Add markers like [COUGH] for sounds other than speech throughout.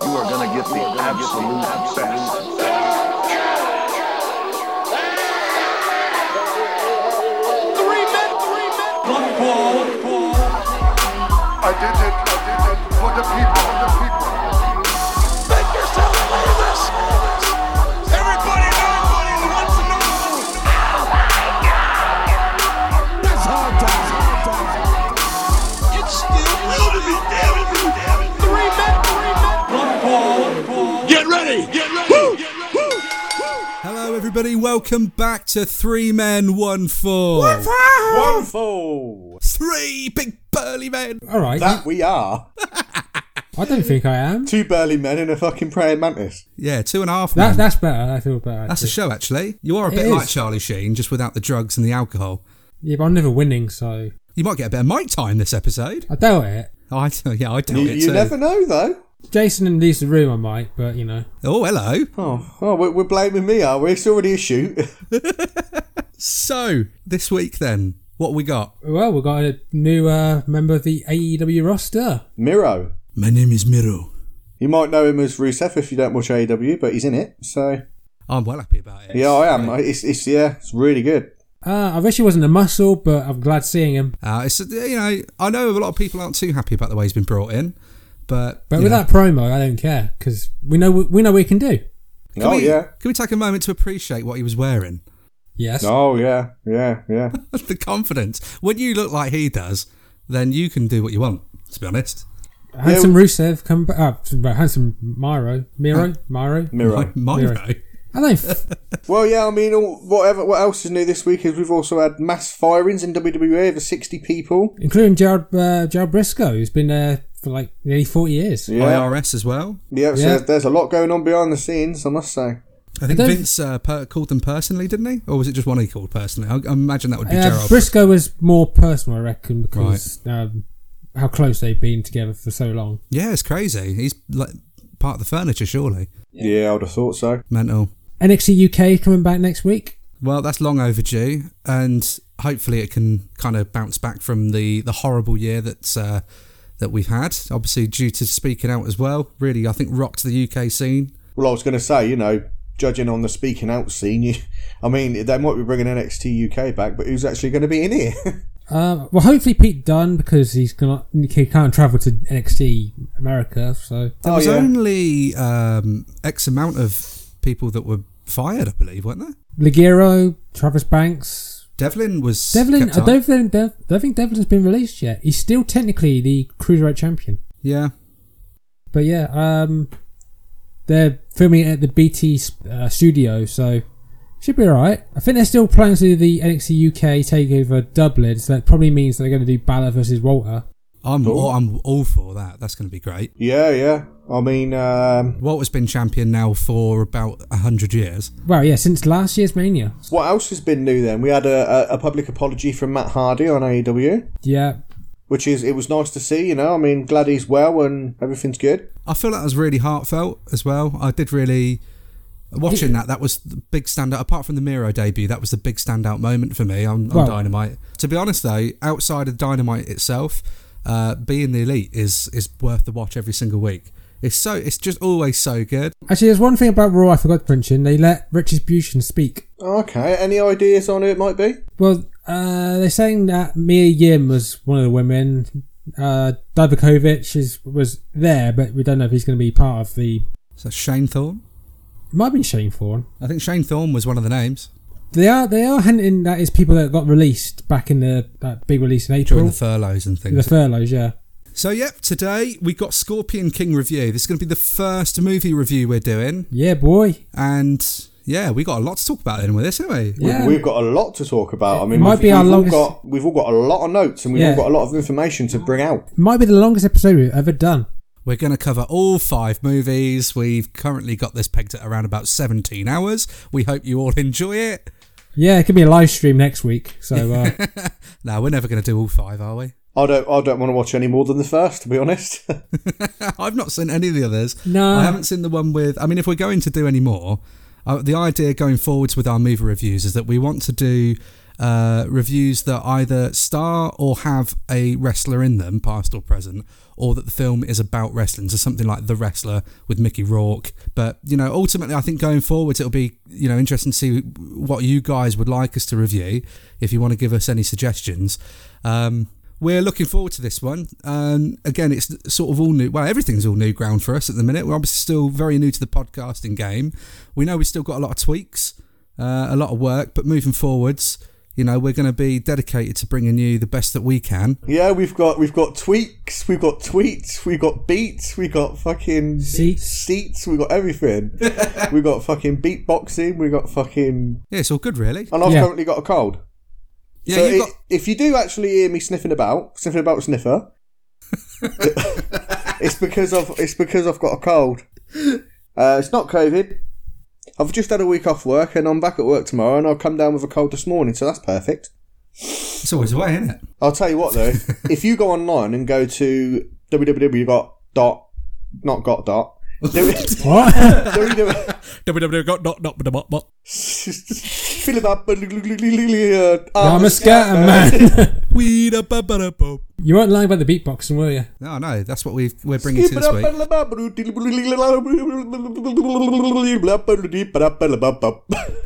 get the absolute best. I did it, I did it for the people, for the people. Make yourself famous. Everybody, everybody wants to know. It's hard times. Hard times. It's still real to me, damn it, damn it. Three men, three men. Get ready, get ready, get ready. Hello, everybody. Welcome back to Three Men, One Four. One four. Three big burly men. All right. That we are. I don't think I am. Two burly men and a fucking praying mantis. Yeah, two and a half. That, men. that's better. That feels better. That's a actually. show, actually. You are a It bit is. like Charlie Sheen, just without the drugs and the alcohol. yeah, but I'm never winning, so You might get a bit of mic time this episode. I doubt it. I [LAUGHS] yeah, I doubt You, it you too. never know, though. Jason and Lisa room, I might, but you know. Oh, hello. Oh, oh we're, we're blaming me, are we? It's already a shoot. [LAUGHS] So this week, then, what we got? Well, we've got a new uh, member of the AEW roster. Miro. My name is Miro. You might know him as Rusev if you don't watch AEW, but he's in it. So, I'm well happy about it. yeah, I am. It's, it's yeah, it's really good. Uh, I wish he wasn't a muscle, but I'm glad seeing him. Uh, it's you know, I know a lot of people aren't too happy about the way he's been brought in, but But you with know, that promo, I don't care because we know we know we can do. can oh, we, yeah. can we take a moment to appreciate what he was wearing? Yes. Oh, yeah. Yeah, yeah. [LAUGHS] [LAUGHS] the confidence. When you look like he does, then you can do what you want. To be honest, Handsome Rusev come back. Uh, well, handsome Miro. Miro. Miro. Miro. My, my Miro. row. I don't. [LAUGHS] F- Well, yeah, I mean, all, whatever. What else is new this week is we've also had mass firings in WWE over 60 people. including Jared uh, Jared Briscoe, who's been there for like nearly forty years. Yeah, IRS as well. yeah, so Yeah. there's a lot going on behind the scenes, I must say. I think don't- Vince uh, per- called them personally, didn't he? Or was it just one he called personally? I, I imagine that would be Uh, Gerald. Briscoe was more personal, I reckon, because um, how close they've been together for so long. yeah, it's crazy. He's like part of the furniture, surely. Yeah, I would have thought so. Mental. NXT UK coming back next week. Well, that's long overdue, and hopefully it can kind of bounce back from the, the horrible year that's uh, that we've had. Obviously, due to speaking out as well, really, I think rocked the UK scene. Well, I was going to say, you know, judging on the speaking out scene, you, [LAUGHS] I mean, they might be bringing NXT UK back, but who's actually going to be in here? [LAUGHS] Um, well, hopefully Pete Dunne because he's gonna he can't travel to NXT America, so There Oh, was yeah. only um, X amount of people that were fired, I believe, weren't there? Ligero, Travis Banks, Devlin was. Devlin. kept I don't think Dev, I don't think Devlin's been released yet. He's still technically the cruiserweight champion, Yeah. but yeah, um, they're filming it at the BT uh, studio, so should be alright. I think they're still planning to do the NXT UK takeover Dublin, so that probably means they're going to do Balor versus Walter. I'm Cool. all, I'm all for that. That's going to be great. yeah, yeah. I mean, um, Walter's been champion now for about a hundred years. Well, yeah, since last year's Mania, what else has been new then? We had a, a, a public apology from Matt Hardy on AEW, yeah, which is, it was nice to see, you know. I mean, glad he's well and everything's good. I feel that was really heartfelt as well. I did really watching that. That was the big standout. Apart from the Miro debut, that was the big standout moment for me on, on Well- Dynamite. To be honest, though, outside of Dynamite itself, uh, being the elite is is worth the watch every single week. It's so it's just always so good. Actually, there's one thing about Raw I forgot to mention. They let Retribution speak. Okay, any ideas on who it might be? Well, uh, they're saying that Mia Yim was one of the women. Uh, Divakovic is was there, but we don't know if he's going to be part of the. So Shane Thorne, It might have been Shane Thorne. I think Shane Thorne was one of the names They are they are hinting that it's people that got released back in the that big release in April. during the furloughs and the things. furloughs, yeah. So yep, today we got Scorpion King review. This is going to be the first movie review we're doing, Yeah, boy. and yeah, we got a lot to talk about in with this, haven't we? Yeah. We've got a lot to talk about. I mean, might we've, be our we've all longest- got we've all got a lot of notes and we've all Yeah. got a lot of information to bring out. Might be the longest episode we've ever done. We're going to cover all five movies. We've currently got this pegged at around about 17 hours. We hope you all [LAUGHS] enjoy it. Yeah, it could be a live stream next week. So uh, No, we're never going to do all five, are we? I don't I don't want to watch any more than the first, to be honest. [LAUGHS] [LAUGHS] I've not seen any of the others. No. I haven't seen the one with. I mean, if we're going to do any more, uh, the idea going forwards with our movie reviews is that we want to do uh, reviews that either star or have a wrestler in them, past or present, or that the film is about wrestling. So something like The Wrestler with Mickey Rourke. But, you know, ultimately, I think going forwards, it'll be, you know, interesting to see what you guys would like us to review if you want to give us any suggestions. Um, we're looking forward to this one. Um, again, it's sort of all new. Well, everything's all new ground for us at the minute. We're obviously still very new to the podcasting game. We know we've still got a lot of tweaks, uh, a lot of work, but moving forwards, you know, we're going to be dedicated to bringing you the best that we can. Yeah, we've got we've got tweaks, we've got tweets, we've got beats, we've got fucking Seats. seats we've got everything. [LAUGHS] we've got fucking beatboxing, we've got fucking, Yeah, it's all good, really. and I've Yeah. currently got a cold. Yeah, so you've i- got. if you do actually hear me sniffing about, sniffing about sniffer, [LAUGHS] it's because I've it's because I've got a cold. Uh, it's not COVID. I've just had a week off work and I'm back at work tomorrow, and I'll come down with a cold this morning, so that's perfect. It's always away, isn't it? I'll tell you what [LAUGHS] though, if you go online and go to www dot dot not got dot [LAUGHS] www What? [LAUGHS] [LAUGHS] Philip up- [LAUGHS] I'm a scatter man. [LAUGHS] you weren't lying about the beatboxing, were you? No, no, that's what we've, we're bringing to this week. It's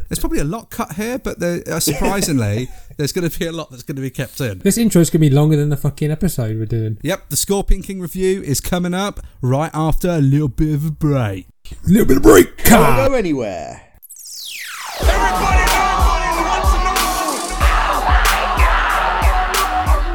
There's probably a lot cut here, but there, uh, surprisingly, [LAUGHS] there's going to be a lot that's going to be kept in. This intro's gonna be longer than the fucking episode we're doing. Yep, the Scorpion King review is coming up right after a little bit of a break. Little bit of break. Don't go anywhere. Everybody, everybody wants to know.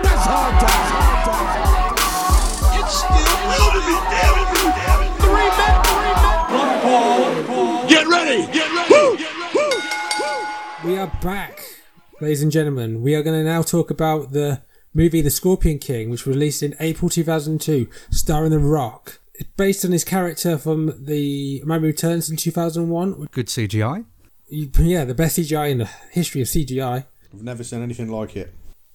That's hard times. Hard times. It's still will to be damned. Three men, three men. Get ready, get ready. Get ready. We are back, ladies and gentlemen. We are going to now talk about the movie The Scorpion King, which was released in April 2002, starring The Rock. It's based on his character from The Man Who Returns in 2001. which- Good CGI. Yeah, the best CGI in the history of CGI. I've never seen anything like it.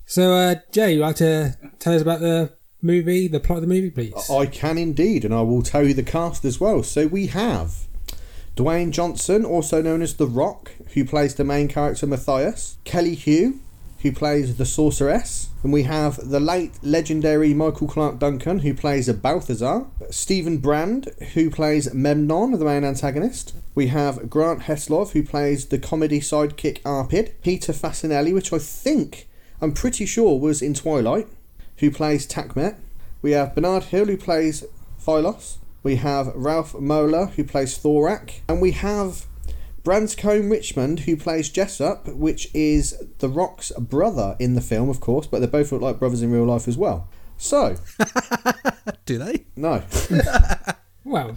So, uh, Jay, you like to tell us about the movie, the plot of the movie, please? Uh, I can indeed, and I will tell you the cast as well. So we have Dwayne Johnson, also known as The Rock, who plays the main character Matthias, Kelly Hugh, who plays the Sorceress, and we have the late legendary Michael Clark Duncan, who plays a Balthazar, Stephen Brand, who plays Memnon, the main antagonist. We have Grant Heslov, who plays the comedy sidekick Arpid, Peter Fasinelli, which I think, I'm pretty sure, was in Twilight, who plays Takmet. We have Bernard Hill, who plays Phylos. We have Ralph Moeller, who plays Thorak. And we have Branscombe Richmond, who plays Jessup, which is The Rock's brother in the film, of course, but they both look like brothers in real life as well. So, Do they? no. Well,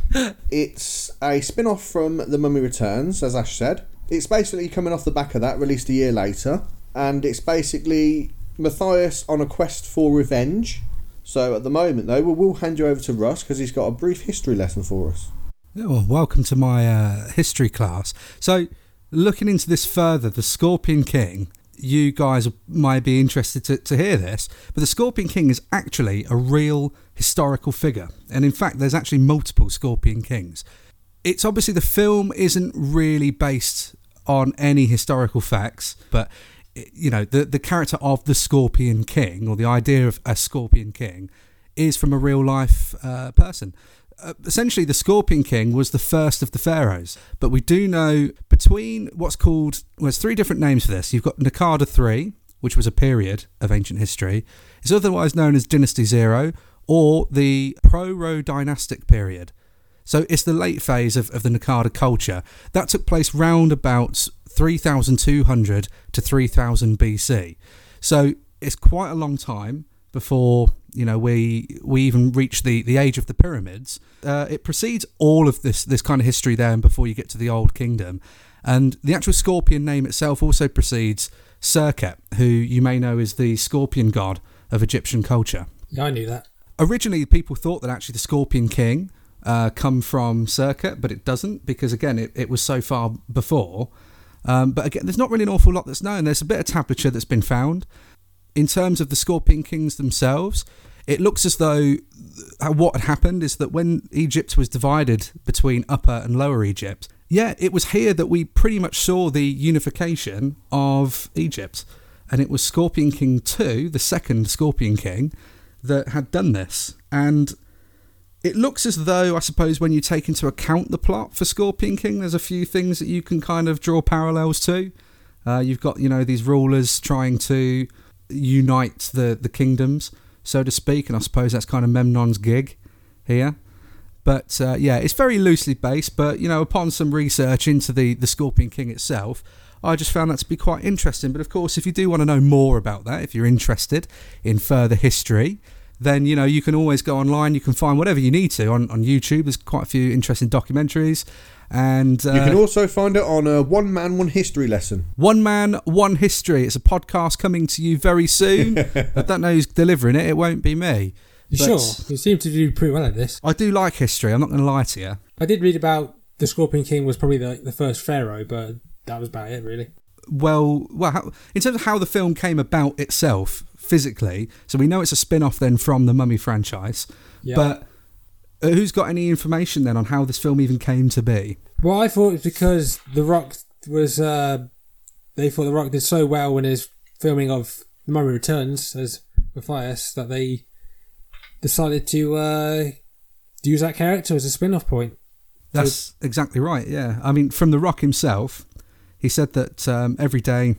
It's a spin off from The Mummy Returns, as Ash said. It's basically coming off the back of that, released a year later, and it's basically Matthias on a quest for revenge. So at the moment, though, we will hand you over to Russ because he's got a brief history lesson for us. Yeah, well, Oh, welcome to my uh, history class. So, looking into this further, the Scorpion King, you guys might be interested to, to hear this, but the Scorpion King is actually a real historical figure. And in fact, there's actually multiple Scorpion Kings. It's obviously the film isn't really based on any historical facts, but you know, the, the character of the Scorpion King or the idea of a Scorpion King is from a real life uh, person uh, essentially the Scorpion King was the first of the pharaohs, but we do know between what's called well, there's three different names for this. You've got Nakada III, which was a period of ancient history. It's otherwise known as Dynasty Zero or the Proto-Dynastic period. So it's the late phase of, of the Nakada culture. That took place round about 3200 to 3000 BC. So it's quite a long time before you know we we even reach the, the age of the pyramids. Uh, it precedes all of this this kind of history there, and before you get to the Old Kingdom, and the actual scorpion name itself also precedes Serket, who you may know is the scorpion god of Egyptian culture yeah, I knew that. originally people thought that actually the Scorpion King uh, come from Circuit, but it doesn't because again it, it was so far before. Um, but again, there's not really an awful lot that's known. There's a bit of tablature that's been found. In terms of the Scorpion Kings themselves, it looks as though uh, what had happened is that when Egypt was divided between Upper and Lower Egypt, yeah, it was here that we pretty much saw the unification of Egypt. and it was Scorpion King 2, the second Scorpion King, that had done this. And it looks as though, I suppose, when you take into account the plot for Scorpion King, there's a few things that you can kind of draw parallels to. Uh, you've got, you know, these rulers trying to unite the, the kingdoms, so to speak, and I suppose that's kind of Memnon's gig here. But uh, yeah, it's very loosely based, but, you know, upon some research into the, the Scorpion King itself, I just found that to be quite interesting. But of course, if you do want to know more about that, if you're interested in further history, then you know you can always go online. You can find whatever you need to on, on YouTube. There's quite a few interesting documentaries, and uh, You can also find it on a One Man, One History lesson. One Man, One History. It's a podcast coming to you very soon. I don't know who's delivering it. It won't be me. You But sure? You seem to do pretty well at this. I do like history. I'm not going to lie to you. I did read about the Scorpion King was probably the, the first pharaoh, but that was about it, really. well, well, how, in terms of how the film came about itself physically, so we know it's a spin-off then from the Mummy franchise. Yeah. But uh, who's got any information then on how this film even came to be? Well, I thought it's because The Rock was. Uh, they thought The Rock did so well in his filming of The Mummy Returns as Matthias that they decided to uh, use that character as a spin off point. That's exactly right. Yeah, I mean, from The Rock himself, he said that um, every day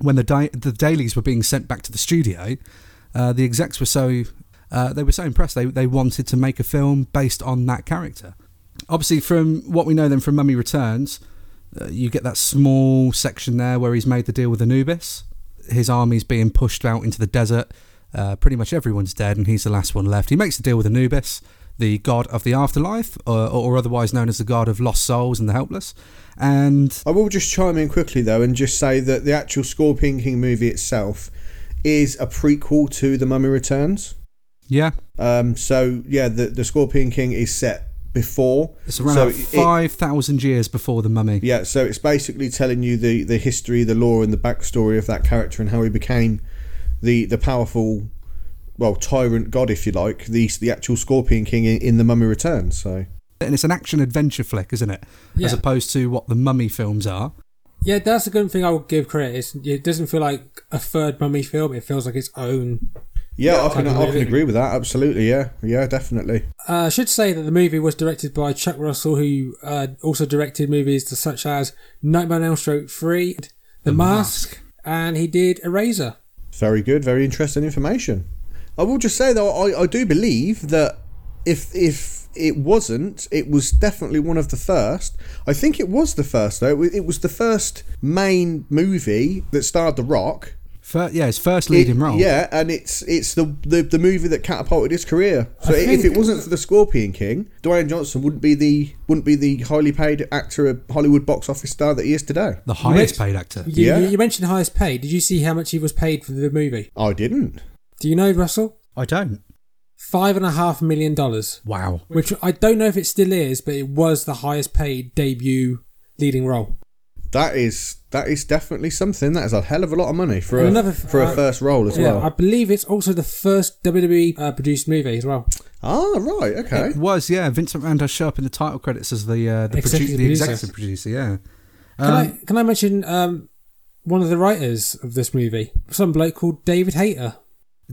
when the di- the dailies were being sent back to the studio, uh, the execs were so uh, they were so impressed they they wanted to make a film based on that character. Obviously, from what we know then from Mummy Returns, uh, you get that small section there where he's made the deal with Anubis. His army's being pushed out into the desert. Uh, pretty much everyone's dead, and he's the last one left. He makes the deal with Anubis, the god of the afterlife, or, or otherwise known as the god of lost souls and the helpless. And I will just chime in quickly though and just say that the actual Scorpion King movie itself is a prequel to The Mummy Returns. yeah, Um, so yeah, the, the Scorpion King is set before. it's around so it- five thousand years before the mummy. yeah, so it's basically telling you the, the history, the lore, and the backstory of that character and how he became the the powerful, well, tyrant god, if you like, the the actual Scorpion King in, in the Mummy Returns. So And it's an action adventure flick, isn't it? Yeah. As opposed to what the mummy films are. Yeah, that's the good thing I would give credit. It's, it doesn't feel like a third mummy film. It feels like its own. yeah, I can I totally. can agree with that. Absolutely, yeah, yeah, definitely. Uh, I should say that the movie was directed by Chuck Russell, who uh, also directed movies to, such as Nightmare on Elm Street 3, The, Mask, and he did Eraser. Very good, very interesting information. I will just say though, I, I do believe that if if it wasn't, it was definitely one of the first. I think it was the first though. It was, it was the first main movie that starred The Rock. Fir- yeah, his first leading It- role. Yeah, and it's it's the, the the movie that catapulted his career. So I if think- it wasn't for the Scorpion King, Dwayne Johnson wouldn't be the wouldn't be the highly paid actor, a Hollywood box office star that he is today. The highest paid actor. You, Yeah. you, you mentioned highest paid. Did you see how much he was paid for the movie? I didn't. Do you know, Russell? I don't. Five and a half million dollars, Wow. which I don't know if it still is, but it was the highest paid debut leading role. That is that is definitely something. That is a hell of a lot of money for a, And another- for a uh, first role as Yeah, I well. believe it's also the first WWE uh, produced movie as well. Ah, right, okay. It was, yeah. Vincent Van does show up in the title credits as the uh, the, Executive produ- the producer. executive producer, yeah. Can Um, I can I mention um, one of the writers of this movie? Some bloke called David Hayter.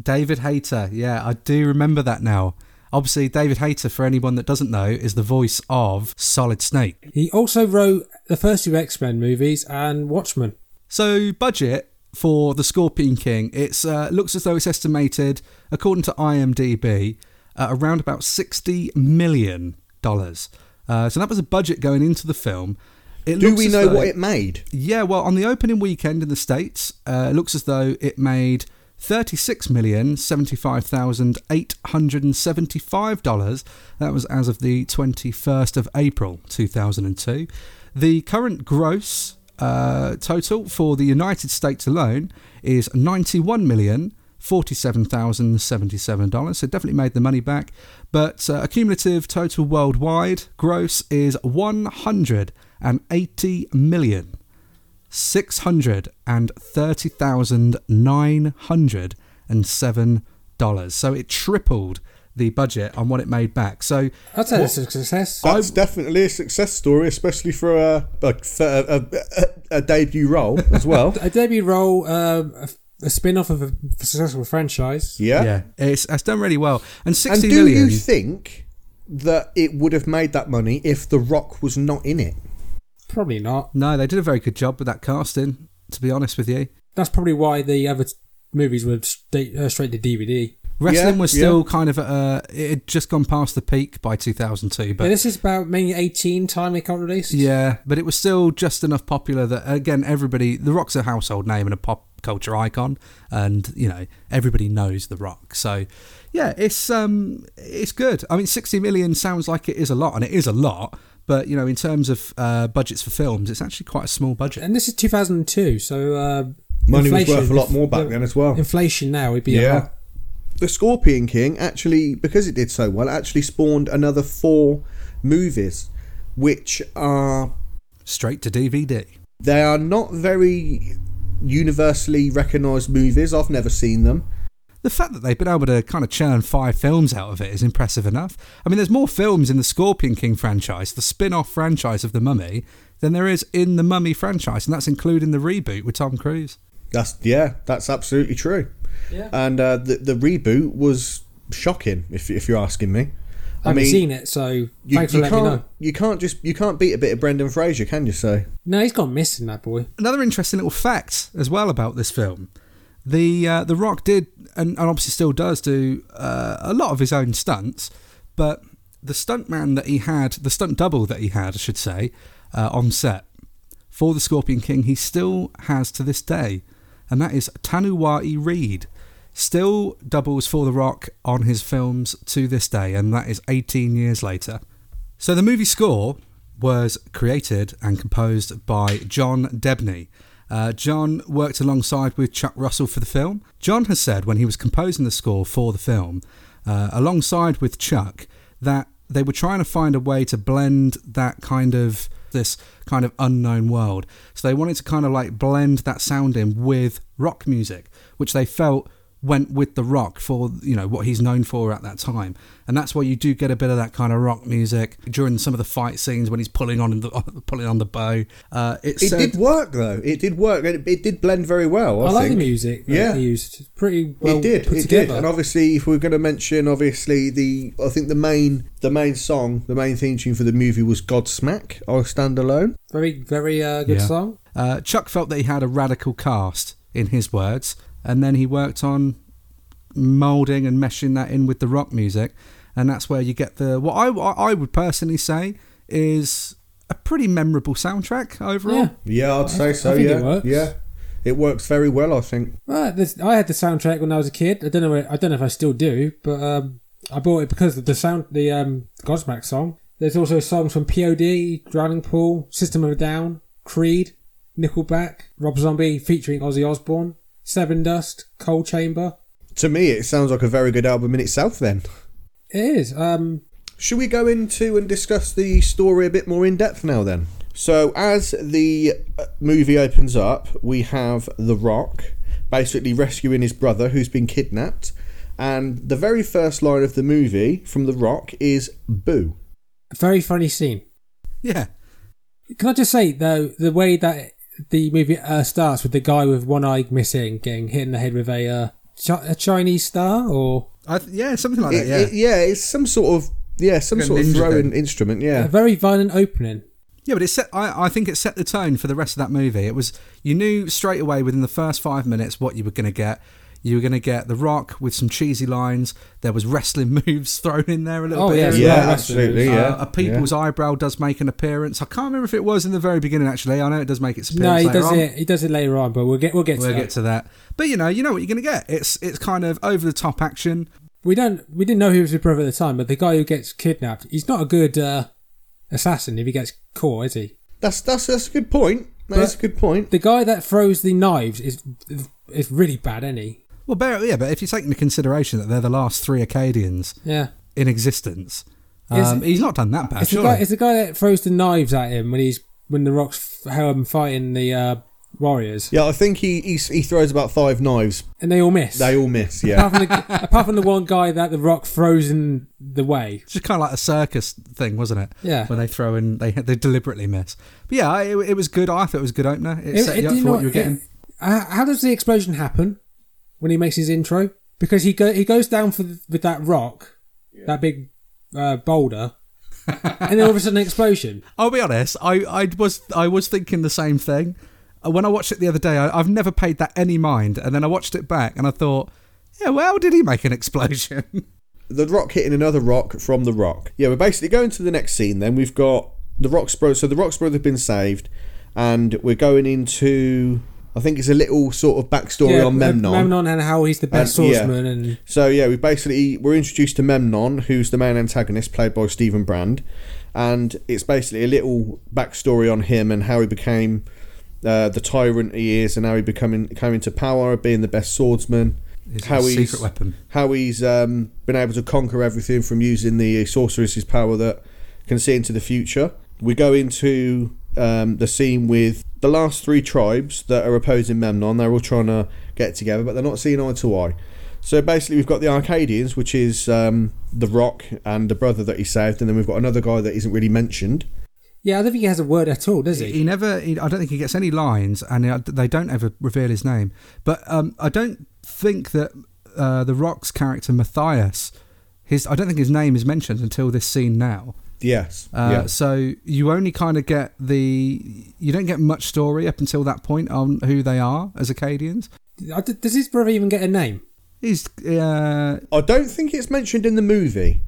David Hayter, yeah, I do remember that now. Obviously, David Hayter, for anyone that doesn't know, is the voice of Solid Snake. He also wrote the first two X Men movies and Watchmen. So, budget for the Scorpion King, it's uh, looks as though it's estimated, according to IMDb, uh, around about sixty million dollars. Uh, so that was a budget going into the film. It Do looks we as know though- what it made? Yeah, well, on the opening weekend in the states, uh, it looks as though it made thirty-six million seventy-five thousand eight hundred and seventy-five dollars. That was as of the twenty-first of April two thousand and two. The current gross uh, total for the United States alone is ninety-one million. $47,077. So definitely made the money back. But uh, accumulative total worldwide gross is $180 million. Six hundred and thirty thousand nine hundred and seven dollars. So it tripled the budget on what it made back. So I'd say that's a success. That's definitely a success story, especially for a a, for a, a, a debut role as well. [LAUGHS] a debut role, um, a f- a spin off of a successful franchise. Yeah. Yeah, it's, it's done really well. And And sixty do million. you think that it would have made that money if The Rock was not in it? Probably not. no, they did a very good job with that casting. To be honest with you, That's probably why the other t- movies were straight, uh, straight to DVD. wrestling Yeah, was yeah. still kind of at a, it had just gone past the peak by two thousand two. But yeah, this is about maybe 18 time they got released. Yeah, but it was still just enough popular that again everybody The Rock's a household name and a pop culture icon and you know everybody knows The Rock. So yeah, it's um it's good. I mean 60 million sounds like it is a lot and it is a lot, but you know in terms of uh, budgets for films it's actually quite a small budget. And this is 2002, so. Uh, Money was inflation- worth a lot more back then as well. Inflation now would be yeah. a lot. The Scorpion King actually, because it did so well, actually spawned another four movies, which are Straight to DVD. they are not very universally recognised movies. I've never seen them. The fact that they've been able to kind of churn five films out of it is impressive enough. I mean, there's more films in the Scorpion King franchise, the spin off franchise of The Mummy, than there is in the Mummy franchise, and that's including the reboot with Tom Cruise. That's yeah, that's absolutely true. Yeah. And uh, the the reboot was shocking, if if you're asking me. I haven't seen it, so you, thanks for you letting can't me know. you can't just you can't beat a bit of Brendan Fraser, can you? So No, he's gone missing, that boy. Another interesting little fact as well about this film The uh, The Rock did, and, and obviously still does, do uh, a lot of his own stunts, but the stuntman that he had, the stunt double that he had, I should say, uh, on set for the Scorpion King, he still has to this day, and that is Tanuwai Reid. Still doubles for The Rock on his films to this day, and that is 18 years later. So the movie score was created and composed by John Debney. Uh, John worked alongside with Chuck Russell for the film. John has said when he was composing the score for the film, uh, alongside with Chuck, that they were trying to find a way to blend that kind of this kind of unknown world. So they wanted to kind of like blend that sound in with rock music, which they felt went with the rock for you know what he's known for at that time and that's why you do get a bit of that kind of rock music during some of the fight scenes when he's pulling on the [LAUGHS] pulling on the bow uh it's it did work though. It did work. It, it did blend very well. I, I, like think. the music that Yeah. they used. It's pretty well it did. put It together. did. And obviously, if we're going to mention, obviously the I think the main the main song, the main theme tune for the movie was Godsmack. I'll stand alone. Very, very uh, good Yeah. song. Uh, Chuck felt that he had a radical cast, in his words, and then he worked on moulding and meshing that in with the rock music, and that's where you get the what I what I would personally say is a pretty memorable soundtrack overall. Yeah. Yeah, I'd say so. I think it yeah, works. yeah, it works very well. I think. Well, this, I had the soundtrack when I was a kid. I don't know. I don't know if I still do, but um, I bought it because of the sound, the um, Godsmack song. There's also songs from POD, Drowning Pool, System of a Down, Creed, Nickelback, Rob Zombie featuring Ozzy Osbourne, Seven Dust, Coal Chamber. To me, it sounds like a very good album in itself. Then, It is. Um, should we go into and discuss the story a bit more in depth now? Then, so as the uh, movie opens up, we have The Rock basically rescuing his brother who's been kidnapped, and the very first line of the movie from The Rock is "Boo." a very funny scene. Yeah. Can I just say though, the way that the movie uh, starts with the guy with one eye missing getting hit in the head with a uh, chi- a Chinese star or I th- yeah, something like It- that. Yeah, it- yeah, it's some sort of yeah, some Like a sort of ninja throwing thing. instrument. a Yeah, very violent opening. yeah, but it set. I, I think it set the tone for the rest of that movie. It was you knew straight away within the first five minutes what you were going to get. You were going to get The Rock with some cheesy lines. There was wrestling [LAUGHS] moves thrown in there a little Oh, bit. here yeah, and yeah, there. absolutely, Uh, a people's eyebrow does make an appearance. I can't remember if it was in the very beginning. Actually, I know it does make its appearance. No, he later does on. it. He does it later on, but we'll get we'll get to We'll that. get to that. But you know, you know what you're going to get. It's it's kind of over the top action. we don't we didn't know who was the brother at the time, but the guy who gets kidnapped, he's not a good uh, assassin if he gets caught, is he? That's that's that's a good point. That's a But- good point. The guy that throws the knives is is really bad, isn't he? Well, bear yeah, but if you take into consideration that they're the last three Acadians Yeah. in existence, Is- um, he's not done that bad. It's the, surely. guy, it's the guy that throws the knives at him when he's when the rocks f- how him fighting the uh, warriors, Yeah, I think he, he he throws about five knives. and they all miss. They all miss. Yeah, apart, from the, [LAUGHS] apart from the one guy that the rock throws in the way. It's just kind of like a circus thing, wasn't it? Yeah. When they throw in, they they deliberately miss. But yeah, it, it was good. I thought it was a good opener. It, set you up did for what not- you were getting. it- uh, how does the explosion happen? when he makes his intro because he go he goes down for the, with that rock, that big uh, boulder, and then all of a sudden [LAUGHS] an explosion. I'll be honest. I, I was I was thinking the same thing Uh, when I watched it the other day. I, I've never paid that any mind, and then I watched it back and I thought, yeah, well, how did he make an [LAUGHS] explosion? the rock hitting another rock from the rock. Yeah, we're basically going to the next scene. Then we've got the rock's brother. So the rock's brother have been saved, and we're going into I think it's a little sort of backstory on uh, Memnon. Memnon and how he's the best And- yeah. swordsman and So yeah, we basically we're introduced to Memnon, who's the main antagonist played by Stephen Brand, and it's basically a little backstory on him and how he became uh, the tyrant he is, and how he becoming coming to power, being the best swordsman. His how he's secret weapon. how he's um, been able to conquer everything from using the sorceress's power that can see into the future. We go into um, the scene with the last three tribes that are opposing Memnon. They're all trying to get together, but they're not seeing eye to eye. So basically, we've got the Arcadians, which is um, the Rock and the brother that he saved, and then we've got another guy that isn't really mentioned. yeah, I don't think he has a word at all, does he? He never. He, I don't think he gets any lines, and uh, they don't ever reveal his name. But um, I don't think that uh, the Rock's character Matthias, his I don't think his name is mentioned until this scene now. Yes. Uh, yeah. So you only kind of get the you don't get much story up until that point on who they are as Acadians. I d- Does his brother even get a name? He's uh, I don't think it's mentioned in the movie.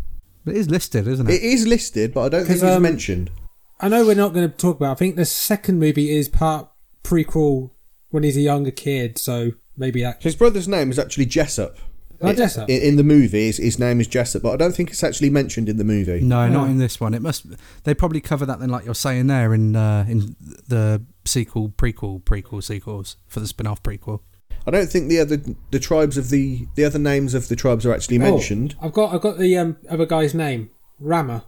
it is listed, isn't It it? is listed, but I don't think Because, it's um, mentioned. I know we're not going to talk about. I think the second movie is part prequel when he's a younger kid, so maybe that. His brother's name is actually Jessup. Oh, Jessup. In, in the movie, his, his name is Jessup, but I don't think it's actually mentioned in the movie. No, not in this one. It must. They probably cover that then, like you're saying there, in uh, in the sequel, prequel, prequel, sequels for the spin-off prequel. I don't think the other the tribes of the the other names of the tribes are actually Oh, mentioned. I've got. I've got the um, other guy's name, Rama,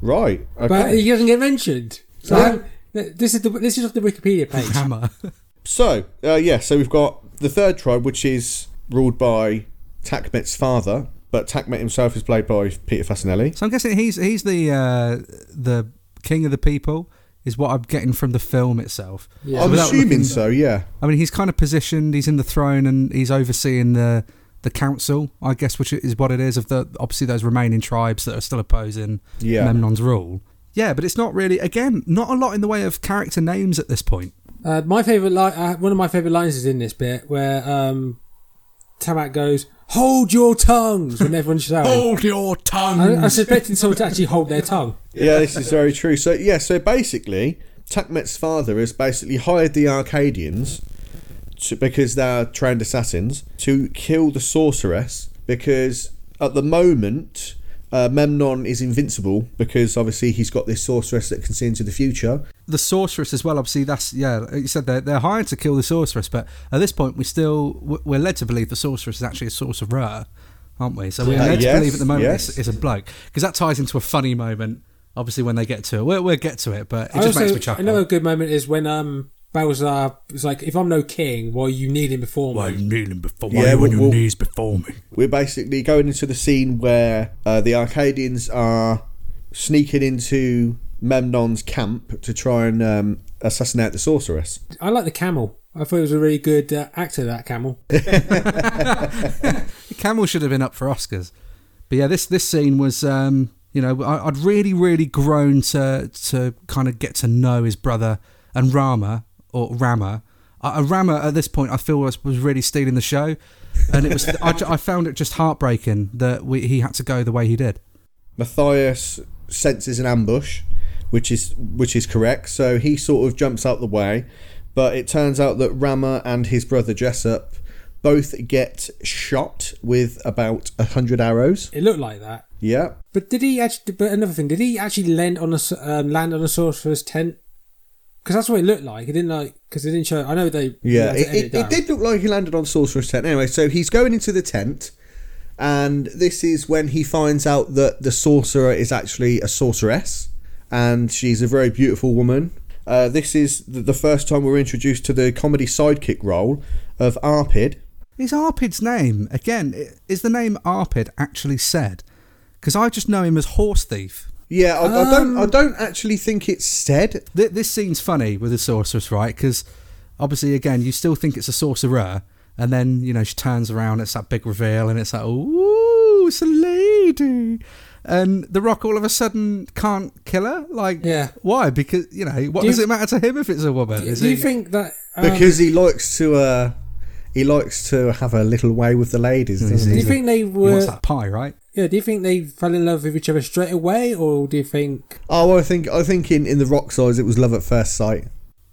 Right. but Okay. he doesn't get mentioned. So Yeah. I haven't- th- this is the this is off the Wikipedia page. Hammer. [LAUGHS] so uh, yeah, so we've got the third tribe, which is ruled by Takmet's father, but Takmet himself is played by Peter Fasinelli. So I'm guessing he's he's the uh, the king of the people is what I'm getting from the film itself. Yeah. So I'm without assuming looking- so. Yeah. I mean, he's kind of positioned. He's in the throne and he's overseeing the the council, I guess, which is what it is of the obviously those remaining tribes that are still opposing Yeah. Memnon's rule. Yeah, but it's not really again not a lot in the way of character names at this point. Uh, my favorite line. Uh, one of my favorite lines is in this bit where um, Tamak goes, "Hold your tongues" when everyone's shouting. your tongue. I, I'm suspecting someone to actually hold their tongue. Yeah, this is very true. So yeah, so basically, Takmet's father has basically hired the Arcadians to, because they're trained assassins to kill the sorceress because at the moment uh, Memnon is invincible because obviously he's got this sorceress that can see into the future. the sorceress as well. Obviously, that's yeah. like You said they're, they're hired to kill the sorceress, but at this point, we still w- we're led to believe the sorceress is actually a sorcerer, aren't we? So we're Uh, led yes, to believe at the moment yes. it's, it's a bloke because that ties into a funny moment. Obviously, when they get to it, we'll, we'll get to it, but it I just makes also- me chuckle. Another good moment is when um Balzar was like, "If I'm no king, well, you need him before me." kneeling before Yeah, you on we'll- your we'll- knees before me? We're basically going into the scene where uh, the Arcadians are sneaking into Memnon's camp to try and um, assassinate the sorceress. I like the camel. I thought it was a really good uh, actor. That camel. The camel should have been up for Oscars, but yeah, this this scene was. Um, you know, I, I'd really, really grown to to kind of get to know his brother and Rama or Rama. Uh, uh, Rama at this point, I feel was, was really stealing the show, and it was. I, ju- I found it just heartbreaking that we, he had to go the way he did. Matthias senses an ambush, which is which is correct. So he sort of jumps out the way, but it turns out that Rama and his brother Jessup both get shot with about a hundred arrows. It looked like that. Yeah, But did he actually? But another thing, did he actually land on a s- um, land on a sorcerer's tent? Because that's what it looked like. It didn't like because it didn't show. I know they. yeah. they It, had to edit it, down. it did look like he landed on Sorcerer's tent. Anyway, so he's going into the tent. And this is when he finds out that the sorcerer is actually a sorceress, and she's a very beautiful woman. Uh, this is th- the first time we're introduced to the comedy sidekick role of Arpid. Is Arpid's name again? i- Is the name Arpid actually said? Because I just know him as Horse Thief. Yeah, I, I don't, Um, I don't actually think it's said. Th- this scene's funny with the sorceress, right? Because obviously, again, you still think it's a sorcerer, And then, you know, she turns around, it's that big reveal, and it's like, ooh, it's a lady. And The Rock all of a sudden can't kill her. Like, Yeah. why? Because, you know, what Do does you- it matter to him if it's a woman? Is Do you he- think that um, because he likes to uh, he likes to have a little way with the ladies, doesn't do he? you think they he wants were? that pie, right? Yeah, do you think they fell in love with each other straight away, or do you think? Oh, well, I think I think in, in the Rock's eyes it was love at first sight.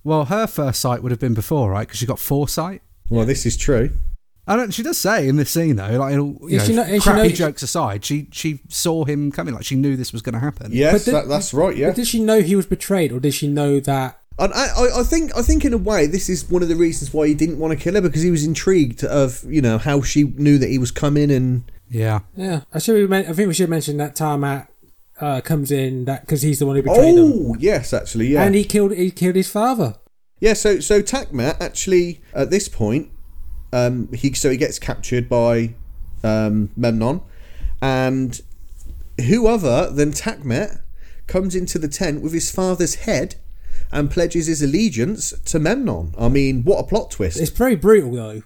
Well, her first sight would have been before, right? Because she got foresight. Well, this is true. I I don't. She does say in this scene though, like you Is know, she not- is she crappy not- jokes aside, she she saw him coming, like she knew this was going to happen. Yes, did- that, that's right. Yeah, But did she know he was betrayed, or did she know that? And I, I, I think I think in a way this is one of the reasons why he didn't want to kill her because he was intrigued of you know how she knew that he was coming and yeah. Yeah, I should. have men- I think we should have mentioned that Tarmac uh, comes in that because he's the one who betrayed them, oh yes actually yeah and he killed he killed his father. yeah so so Takmat actually at this point um he so he gets captured by um Memnon and who other than Takmat comes into the tent with his father's head and pledges his allegiance to Memnon I mean what a plot twist It's very brutal though.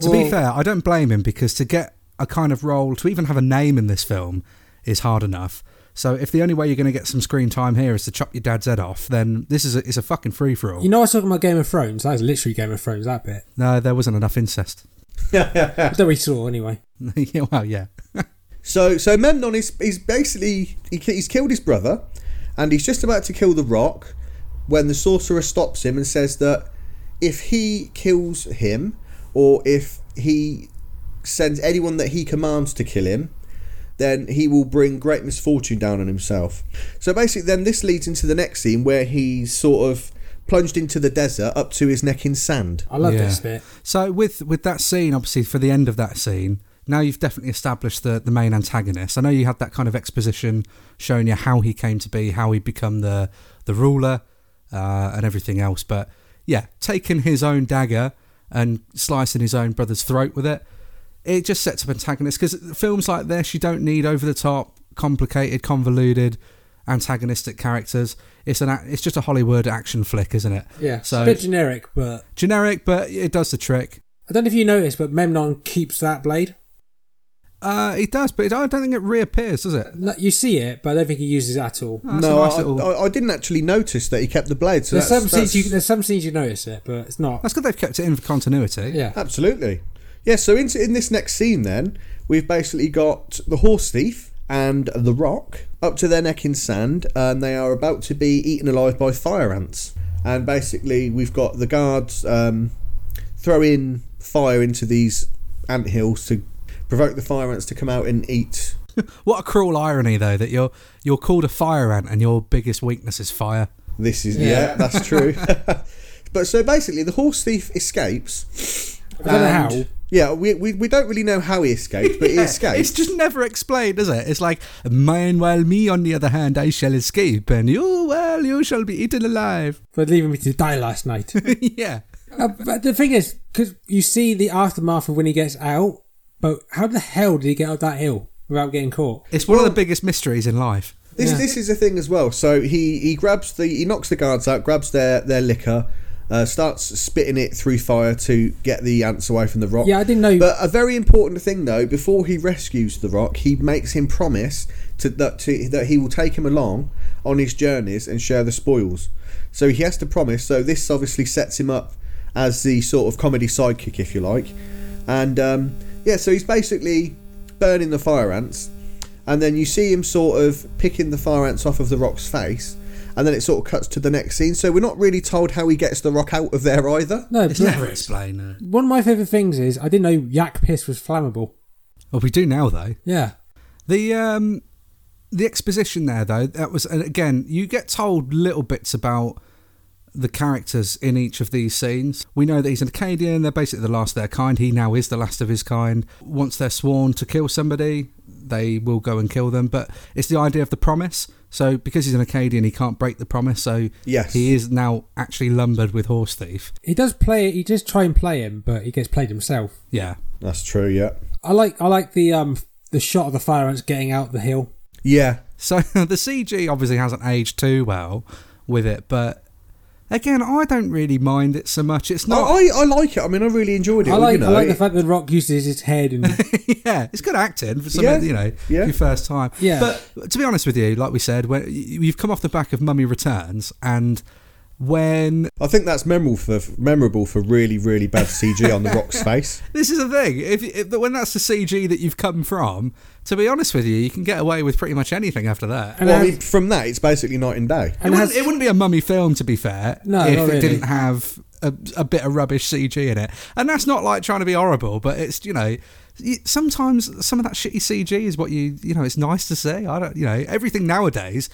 To Well, be fair, I don't blame him because to get a kind of role, to even have a name in this film, is hard enough. So if the only way you're going to get some screen time here is to chop your dad's head off, then this is a, it's a fucking free for all. you know, I was talking about Game of Thrones. That was literally Game of Thrones. That bit No, there wasn't enough incest. [LAUGHS] that we saw anyway. yeah, well, yeah. So so Memnon is is basically he, ki- he's killed his brother, and he's just about to kill the Rock, when the sorcerer stops him and says that if he kills him, or if he sends anyone that he commands to kill him, then he will bring great misfortune down on himself. So basically, then this leads into the next scene where he's sort of plunged into the desert up to his neck in sand. I love Yeah. this bit. So with with that scene, obviously for the end of that scene, now you've definitely established the the main antagonist. I know you had that kind of exposition showing you how he came to be, how he become the the ruler, uh, and everything else. But yeah, taking his own dagger and slicing his own brother's throat with it, it just sets up antagonists because films like this you don't need over the top, complicated, convoluted. Antagonistic characters. It's an. a- It's just a Hollywood action flick, isn't it? Yeah, it's So a bit generic, but generic, but it does the trick. I don't know if you noticed, but Memnon keeps that blade. Uh, it does, but it, I don't think it reappears, does it? No, you see it, but I don't think he uses it at all. Oh, that's no, a nice I, little- I, I didn't actually notice that he kept the blade. So there's that's, some that's- scenes you there's some scenes you notice it, but it's not. That's good they've kept it in for continuity. Yeah, Absolutely. Yeah, so in, in this next scene, then, we've basically got the horse thief and the rock up to their neck in sand, and they are about to be eaten alive by fire ants. And basically, we've got the guards um, throwing fire into these ant hills to provoke the fire ants to come out and eat. What a cruel irony, though, that you're you're called a fire ant and your biggest weakness is fire. This is, yeah, [LAUGHS] Yeah. that's true. [LAUGHS] but so basically, the horse thief escapes. I don't know and- how. Yeah, we, we, we don't really know how he escaped, but he Yeah, escaped. It's just never explained, is it? It's like, meanwhile, me, on the other hand, I shall escape, and you, well, you shall be eaten alive. [LAUGHS] For leaving me to die last night. yeah. Uh, but the thing is, because you see the aftermath of when he gets out, but how the hell did he get up that hill without getting caught? It's one of the biggest mysteries in life. This Yeah. this is the thing as well. So he he grabs the he knocks the guards out, grabs their their liquor, uh, starts spitting it through fire to get the ants away from the rock. Yeah, I didn't know- But a very important thing though, before he rescues the rock, he makes him promise to that to that he will take him along on his journeys and share the spoils. So he has to promise. So this obviously sets him up as the sort of comedy sidekick, if you like. And um, yeah, so he's basically burning the fire ants, and then you see him sort of picking the fire ants off of the rock's face, and then it sort of cuts to the next scene. So we're not really told how he gets the rock out of there either. No, It's but never explained. uh. one of my favourite things is I didn't know yak piss was flammable. Well, we do now, though. Yeah. The um the exposition there though, that was and again, you get told little bits about the characters in each of these scenes. We know that he's an Acadian, they're basically the last of their kind. He now is the last of his kind. Once they're sworn to kill somebody, they will go and kill them. But it's the idea of the promise. So because he's an Acadian he can't break the promise, so Yes. he is now actually lumbered with horse thief. He does play he does try and play him, but he gets played himself. Yeah. That's true. Yeah. I like I like the um the shot of the fire ants getting out the hill. Yeah. [LAUGHS] So the CG obviously hasn't aged too well with it, but Again, I don't really mind it so much. I, It's not. Oh, I, I like it. I mean, I really enjoyed it. I like, you know, I like the it- fact that Rock uses his head and [LAUGHS] yeah, it's good acting for Yeah, something you know yeah. your first time. Yeah. but to be honest with you, like we said, when y- you've come off the back of Mummy Returns, and when I think that's memorable for memorable for really really bad CG on the [LAUGHS] Rock's face. this is the thing, if, if when that's the CG that you've come from, to be honest with you, you can get away with pretty much anything after that. and Well, I has- mean, from that it's basically night and day. It and wouldn't, has, it wouldn't be a mummy film, to be fair, No, if not it really. didn't have a, a bit of rubbish CG in it. And that's not like trying to be horrible, but it's you know, y- sometimes some of that shitty CG is what you you know it's nice to see. I don't you know everything nowadays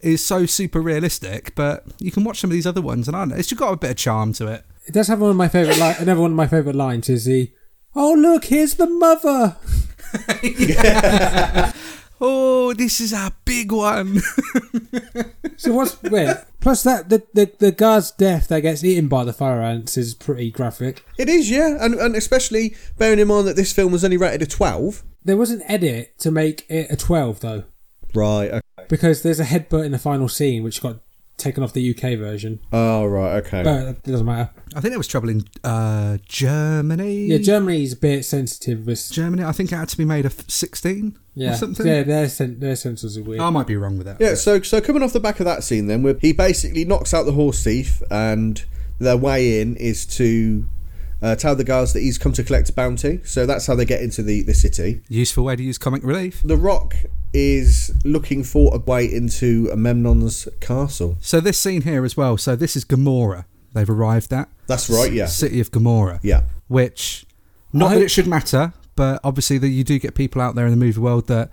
is so super realistic, but you can watch some of these other ones, and I don't know it's just got a bit of charm to it. it does have one of my favorite li- another one of my favorite lines is the oh look here's the mother [LAUGHS] Oh, this is a big one. [LAUGHS] so what's wait plus that the, the the guard's death that gets eaten by the fire ants is pretty graphic It is, yeah, and and especially bearing in mind that this film was only rated a twelve. there was an edit to make it a 12 though Right. Okay. because there's a headbutt in the final scene which got taken off the UK version Oh right. Okay. but it doesn't matter I think there was trouble in uh, Germany. yeah Germany's a bit sensitive with Germany. I think it had to be made of sixteen yeah or something. yeah their, sen- their sensors are weird I might be wrong with that. Yeah, so so coming off the back of that scene, then where he basically knocks out the horse thief, and their way in is to uh, tell the guards that he's come to collect a bounty. So that's how they get into the the city. Useful way to use comic relief. The Rock is looking for a way into Memnon's castle. So this scene here as well. So this is Gomorrah. They've arrived at. That's right, yeah. C- City of Gomorrah. Yeah. Which, not I- that it should matter, but obviously that you do get people out there in the movie world that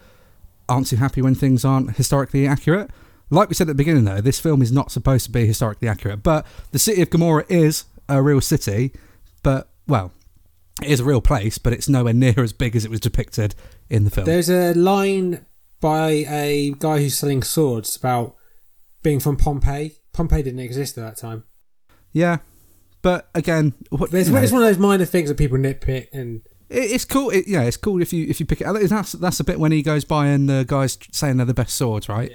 aren't too happy when things aren't historically accurate. Like we said at the beginning, though, this film is not supposed to be historically accurate. But the city of Gomorrah is a real city, but well, it is a real place, but it's nowhere near as big as it was depicted in the film. There's a line by a guy who's selling swords about being from Pompeii. Pompeii didn't exist at that time. yeah, but again, what, There's, you know- It's one of those minor things that people nitpick, and It, it's cool. It, yeah, it's cool if you if you pick it. up. That's that's the bit when he goes by and the guys saying they're the best swords, right?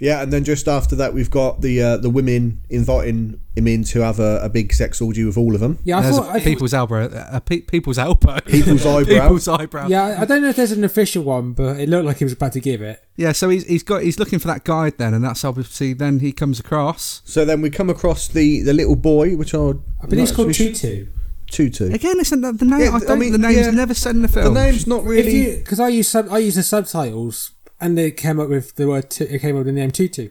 Yeah, and then just after that, we've got the uh, the women inviting him in to have a, a big sex orgy with all of them. yeah, I There's thought. a I thought people's elbow. A pe- people's elbow. [LAUGHS] [LAUGHS] People's eyebrow. People's eyebrow. Yeah. yeah, I- I don't know if there's an official one, but it looked like he was about to give it. So he's he's got he's looking for that guide then, and that's obviously then he comes across So then we come across the, the little boy, which I I believe it's called Tutu. Tutu. again. It's another the name. Yeah, I, I don't, mean, the name's yeah. never said in the The film. name's not really. Because I use sub, I use the subtitles, and they came up with the word. Tu- it came up with the name Tutu.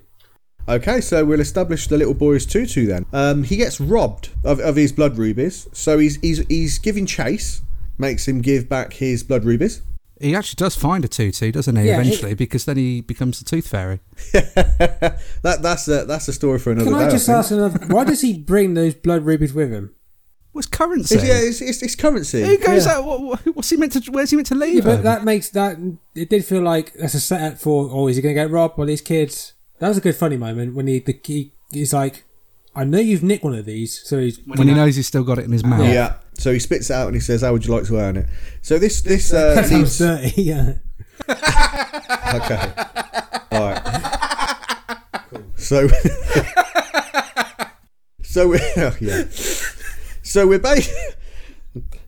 Okay, so we'll establish the little boy's tutu then. Um, he gets robbed of, of his blood rubies, so he's he's he's giving chase, makes him give back his blood rubies. [LAUGHS] He actually does find a tutu, doesn't he? Yeah, eventually, because then he becomes the tooth fairy. that that's a that's a story for another Can day. I just think. ask another? Why does he bring those blood rubies with him? What's currency? It's, yeah, it's, it's, it's currency. Who goes out? What, what- what's he meant to? Where's he meant to leave? Yeah, but him? that makes that it did feel like that's a setup for. Oh, is he going to get robbed by these kids? That was a good funny moment when he the he, he's like, "I know you've nicked one of these," so he's when he knows he's still got it in his mouth. Yeah. So he spits it out and he says, "How would you like to earn it?" So this [LAUGHS] this uh, [LAUGHS] that leads. sounds dirty. [LAUGHS] Yeah, Okay. All right. So. [LAUGHS] so [LAUGHS] we oh, yeah. So we're ba-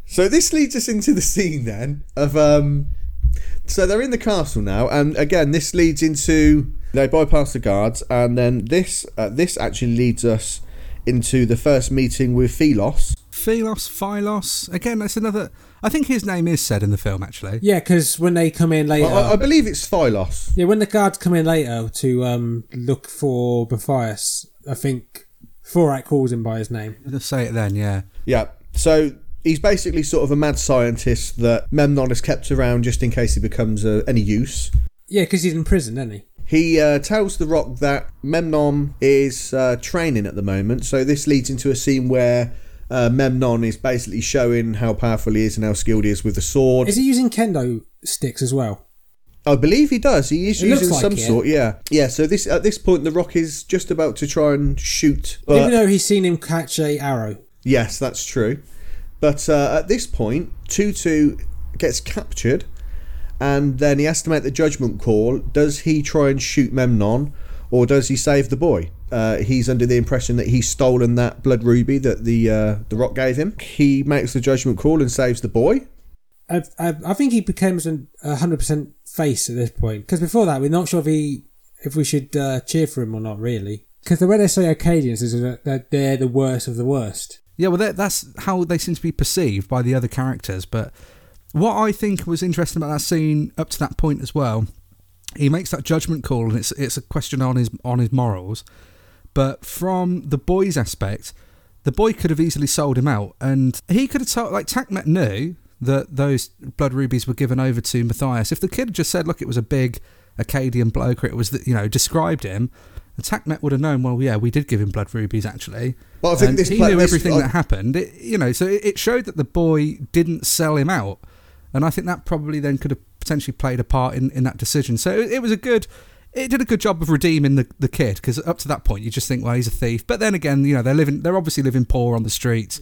So this leads us into the scene then of um. So they're in the castle now, and again, this leads into they bypass the guards, and then this uh, this actually leads us into the first meeting with Philos. Philos, Philos. Again, that's another. I think his name is said in the film, actually. yeah, because when they come in later, uh, I, I believe it's Philos. yeah, when the guards come in later to um look for Matthias, I think Thorak calls him by his name. Let's say it then, yeah. Yeah. So he's basically sort of a mad scientist that Memnon has kept around just in case he becomes uh, any use. Yeah, because he's in prison, isn't he? He uh, tells The Rock that Memnon is uh, training at the moment. So this leads into a scene where uh, Memnon is basically showing how powerful he is and how skilled he is with the sword. Is he using kendo sticks as well? I believe he does. He is It looks using like some it. sort. Yeah. Yeah. So this at this point, The Rock is just about to try and shoot. uh, Even But though he's seen him catch a arrow. yes, that's true. But uh, at this point, Tutu gets captured, and then he has to make the judgment call. Does he try and shoot Memnon, or does he save the boy? uh, he's under the impression that he's stolen that blood ruby that the uh, the Rock gave him. He makes the judgment call and saves the boy. I, I, I think he becomes an- a hundred percent face at this point because before that we're not sure if he if we should uh, cheer for him or not really because the way they say Arcadians is that that they're the worst of the worst. Yeah, well, that, that's how they seem to be perceived by the other characters. But what I think was interesting about that scene up to that point as well, he makes that judgment call, and it's it's a question on his on his morals. But from the boy's aspect, the boy could have easily sold him out, and he could have told like Takmet knew that those blood rubies were given over to Matthias. If the kid had just said, "Look, it was a big Acadian bloke," or it was the, you know described him. Takmet would have known. Well, yeah, we did give him blood rubies actually. Well, I think And this he pla- knew this- uh, everything I- that happened. It, you know, so it, it showed that the boy didn't sell him out, and I think that probably then could have potentially played a part in, in that decision. So it, it was a good, it did a good job of redeeming the, the kid because up to that point you just think, well, he's a thief. But then again, you know, they're living, they're obviously living poor on the streets.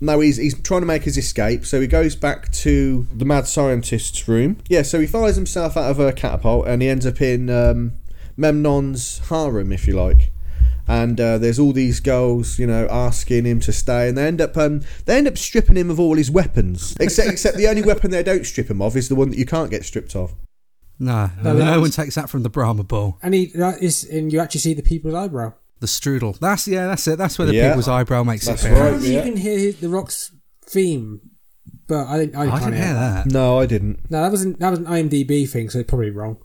No, he's, he's trying to make his escape, so he goes back to the mad scientist's room. Yeah, so he fires himself out of a catapult and he ends up in um, Memnon's harem, if you like. And uh, there's all these girls, you know, asking him to stay, and they end up um, they end up stripping him of all his weapons. Except except the only weapon they don't strip him of is the one that you can't get stripped of. No, No, no, they don't. one takes that from the Brahma ball, And he that is and you actually see the people's eyebrow. the strudel. That's yeah, that's it. That's where the Yeah. people's eyebrow makes That's it. appear. right. Apparently yeah. You can hear his- the Rock's theme, but I didn't. I, I can't didn't hear that. No, I didn't. No, that wasn't that was an IMDb thing, so it's probably wrong.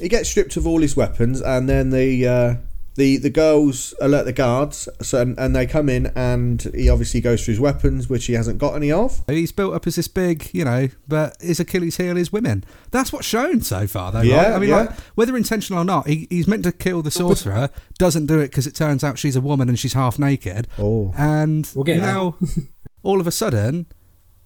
He gets stripped of all his weapons, and then the uh, the the girls alert the guards, so and, and they come in, and he obviously goes through his weapons, which he hasn't got any of. He's built up as this big, you know, but his Achilles heel is women. That's what's shown so far, though. Yeah, right? I mean, yeah. like, whether intentional or not, he, he's meant to kill the sorcerer, doesn't do it because it turns out she's a woman and she's half naked. Oh. And We'll get now, [LAUGHS] all of a sudden,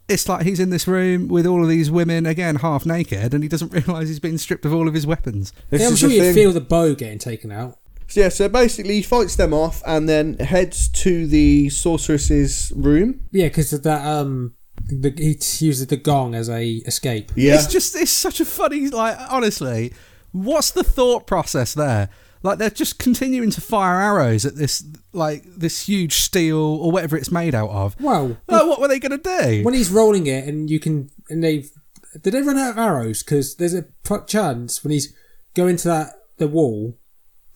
it's like he's in this room with all of these women, again, half naked, and he doesn't [LAUGHS] realise he's been stripped of all of his weapons. This yeah, I'm is sure the you thing. feel the bow getting taken out. So, yeah, so basically he fights them off, and then heads to the sorceress's room. Yeah, because of that. Um, the, he t- uses the gong as a escape. Yeah, It's just it's such a funny like honestly, what's the thought process there? Like they're just continuing to fire arrows at this like this huge steel or whatever it's made out of. Wow. Like, what were they gonna do? When he's rolling it, and you can, and they, did they run out of arrows? Because there's a p- chance when he's going to that the wall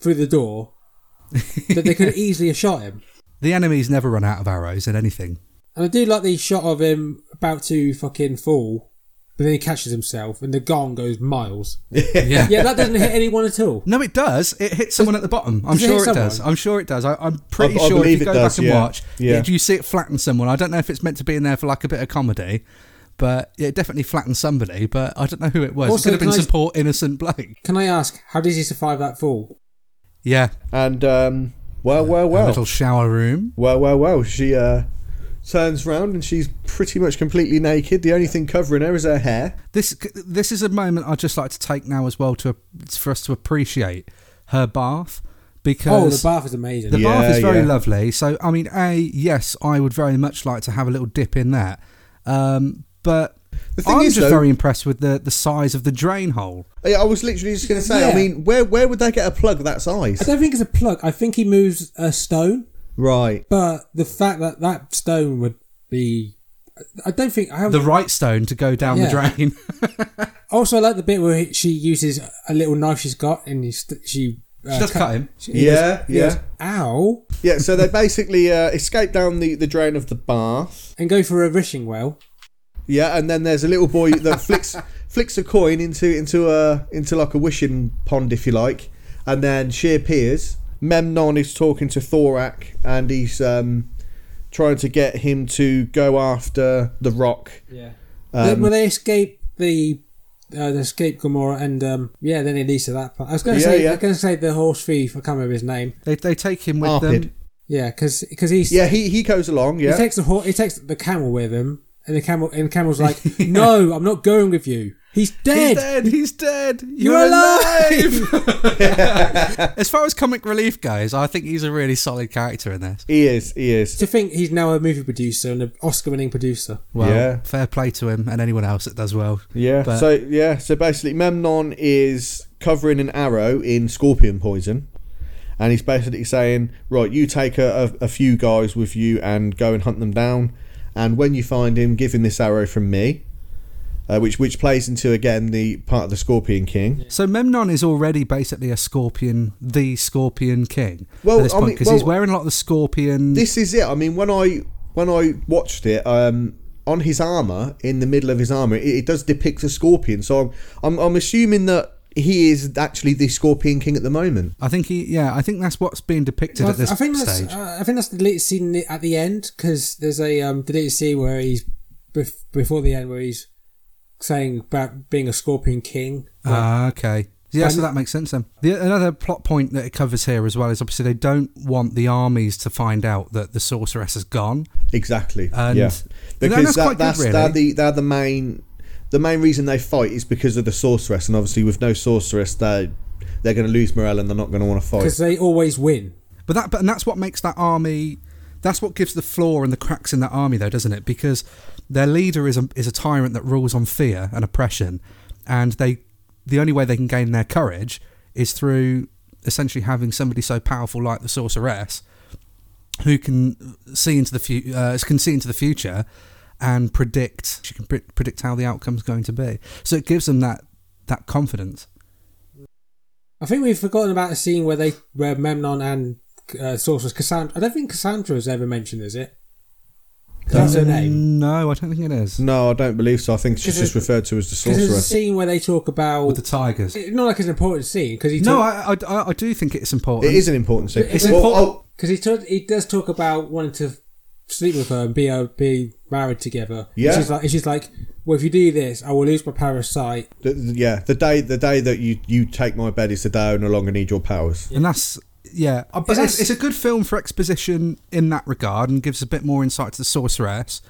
through the door [LAUGHS] that they could have easily have shot him. the enemies never run out of arrows in anything. And I do like the shot of him about to fucking fall, but then he catches himself, and the gong goes miles. Yeah. Yeah, [LAUGHS] that doesn't hit anyone at all. No, it does. It hits someone at the bottom. I'm Does it sure hit it does. someone? I'm sure it does. I, I'm pretty I sure believe if you it go does, back and yeah. watch, Yeah. it- you see it flatten someone. I don't know if it's meant to be in there for like a bit of comedy, but it definitely flattened somebody. But I don't know who it was. Also, it could have can been I- some poor innocent bloke. Can I ask, how does he survive that fall? Yeah, and um, well, well, a well, little shower room. well, well, well. She uh, turns round and she's pretty much completely naked. The only thing covering her is her hair. This this is a moment I'd just like to take now as well to for us to appreciate her bath Oh, because the bath is amazing. the Yeah. bath is very yeah. lovely. So I mean, a yes, I would very much like to have a little dip in that, um, but The thing I'm is, just though- very impressed with the the size of the drain hole. Yeah, I was literally just going to say. I Yeah. mean, where where would they get a plug that I size? don't think it's a plug. I think he moves a stone, Right. but the fact that that stone would be, I don't think. I The right stone to go down Yeah. the drain. [LAUGHS] also I like the bit where he- she uses a little knife she's got and he st- she. Uh, She does cut him. she- he Yeah, goes- he yeah. goes, Ow! Yeah, so they basically uh, escape down the, the drain of the bath. And go for a wishing well. Yeah, and then there's a little boy that flicks flicks a coin into into a into like a wishing pond, if you like, and then she appears. Memnon is talking to Thorak, and he's um, trying to get him to go after the rock. Yeah. Um, when they escape the. Uh, they escape Gamora and um, yeah, then it leads to that part. I was going to Yeah, say, yeah. I was going to say the horse thief. I can't remember his name. They they take him with Arpid. them. Yeah, because he's Yeah, he he goes along. He Yeah, takes the horse. He takes the camel with him, and the camel and the camel's [LAUGHS] like, "No, I'm not going with you. He's He's dead. dead. He's dead. You're, You're [LAUGHS] alive. alive." As far as comic relief goes, I think he's a really solid character in this. he is. He is. to think he's now a movie producer and an Oscar-winning producer. Well, Yeah. fair play to him and anyone else that does well. Yeah. But- so yeah, so basically Memnon is covering an arrow in scorpion poison. and he's basically saying, right, you take a, a, a few guys with you and go and hunt them down, and when you find him, give him this arrow from me, uh, which which plays into again the part of the Scorpion King. So Memnon is already basically a scorpion, the scorpion king Well, at this I point mean- because he's well- wearing a lot of the scorpion. this is it. I mean, when I when I watched it, um, on his armor, in the middle of his armor, it, it does depict a scorpion. So I'm, I'm I'm assuming that he is actually the Scorpion King at the moment. I think he, yeah, I think that's what's being depicted at this I think stage. that's uh, I think that's the deleted scene at the end because there's a um, deleted scene where he's bef- before the end where he's saying about being a scorpion king. Ah, okay. Yeah, so that makes sense then. The, another plot point that it covers here as well is obviously they don't want the armies to find out that the sorceress has gone. Exactly. And- yeah. But Because that's that, quite good, that's really. they're the they're the main the main reason they fight is because of the sorceress, and obviously with no sorceress, they they're going to lose morale and they're not going to want to fight. Because they always win. But that, but and that's what makes that army. That's what gives the flaw and the cracks in that army, though, doesn't it? Because their leader is a, is a tyrant that rules on fear and oppression, and they the only way they can gain their courage is through essentially having somebody so powerful like the sorceress, who can see into the fu- uh, can see into the future and predict. She can pre- predict how the outcome's going to be. So it gives them that that confidence. I think we've forgotten about the scene where they where Memnon and uh, sorceress Cassandra. I don't think Cassandra is ever mentioned, is it? 'Cause That's her name. No, I don't think it is. no, I don't believe so. I think she's Because just there's- referred to as the Because there's a sorceress. scene where they talk about With the tigers. It's not like it's an important scene because he No, talk- I, I- I, I do think it's important. It is an important thing. It's important- oh, Because he talk, he does talk about wanting to sleep with her and be uh, be married together. Yeah. And she's like, and she's like, well, if you do this, I will lose my parasite. The- the- yeah, the day the day that you you take my bed is the day I no longer need your powers. and that's yeah. Uh, But Is it's, that- it's a good film for exposition in that regard, and gives a bit more insight to the sorceress.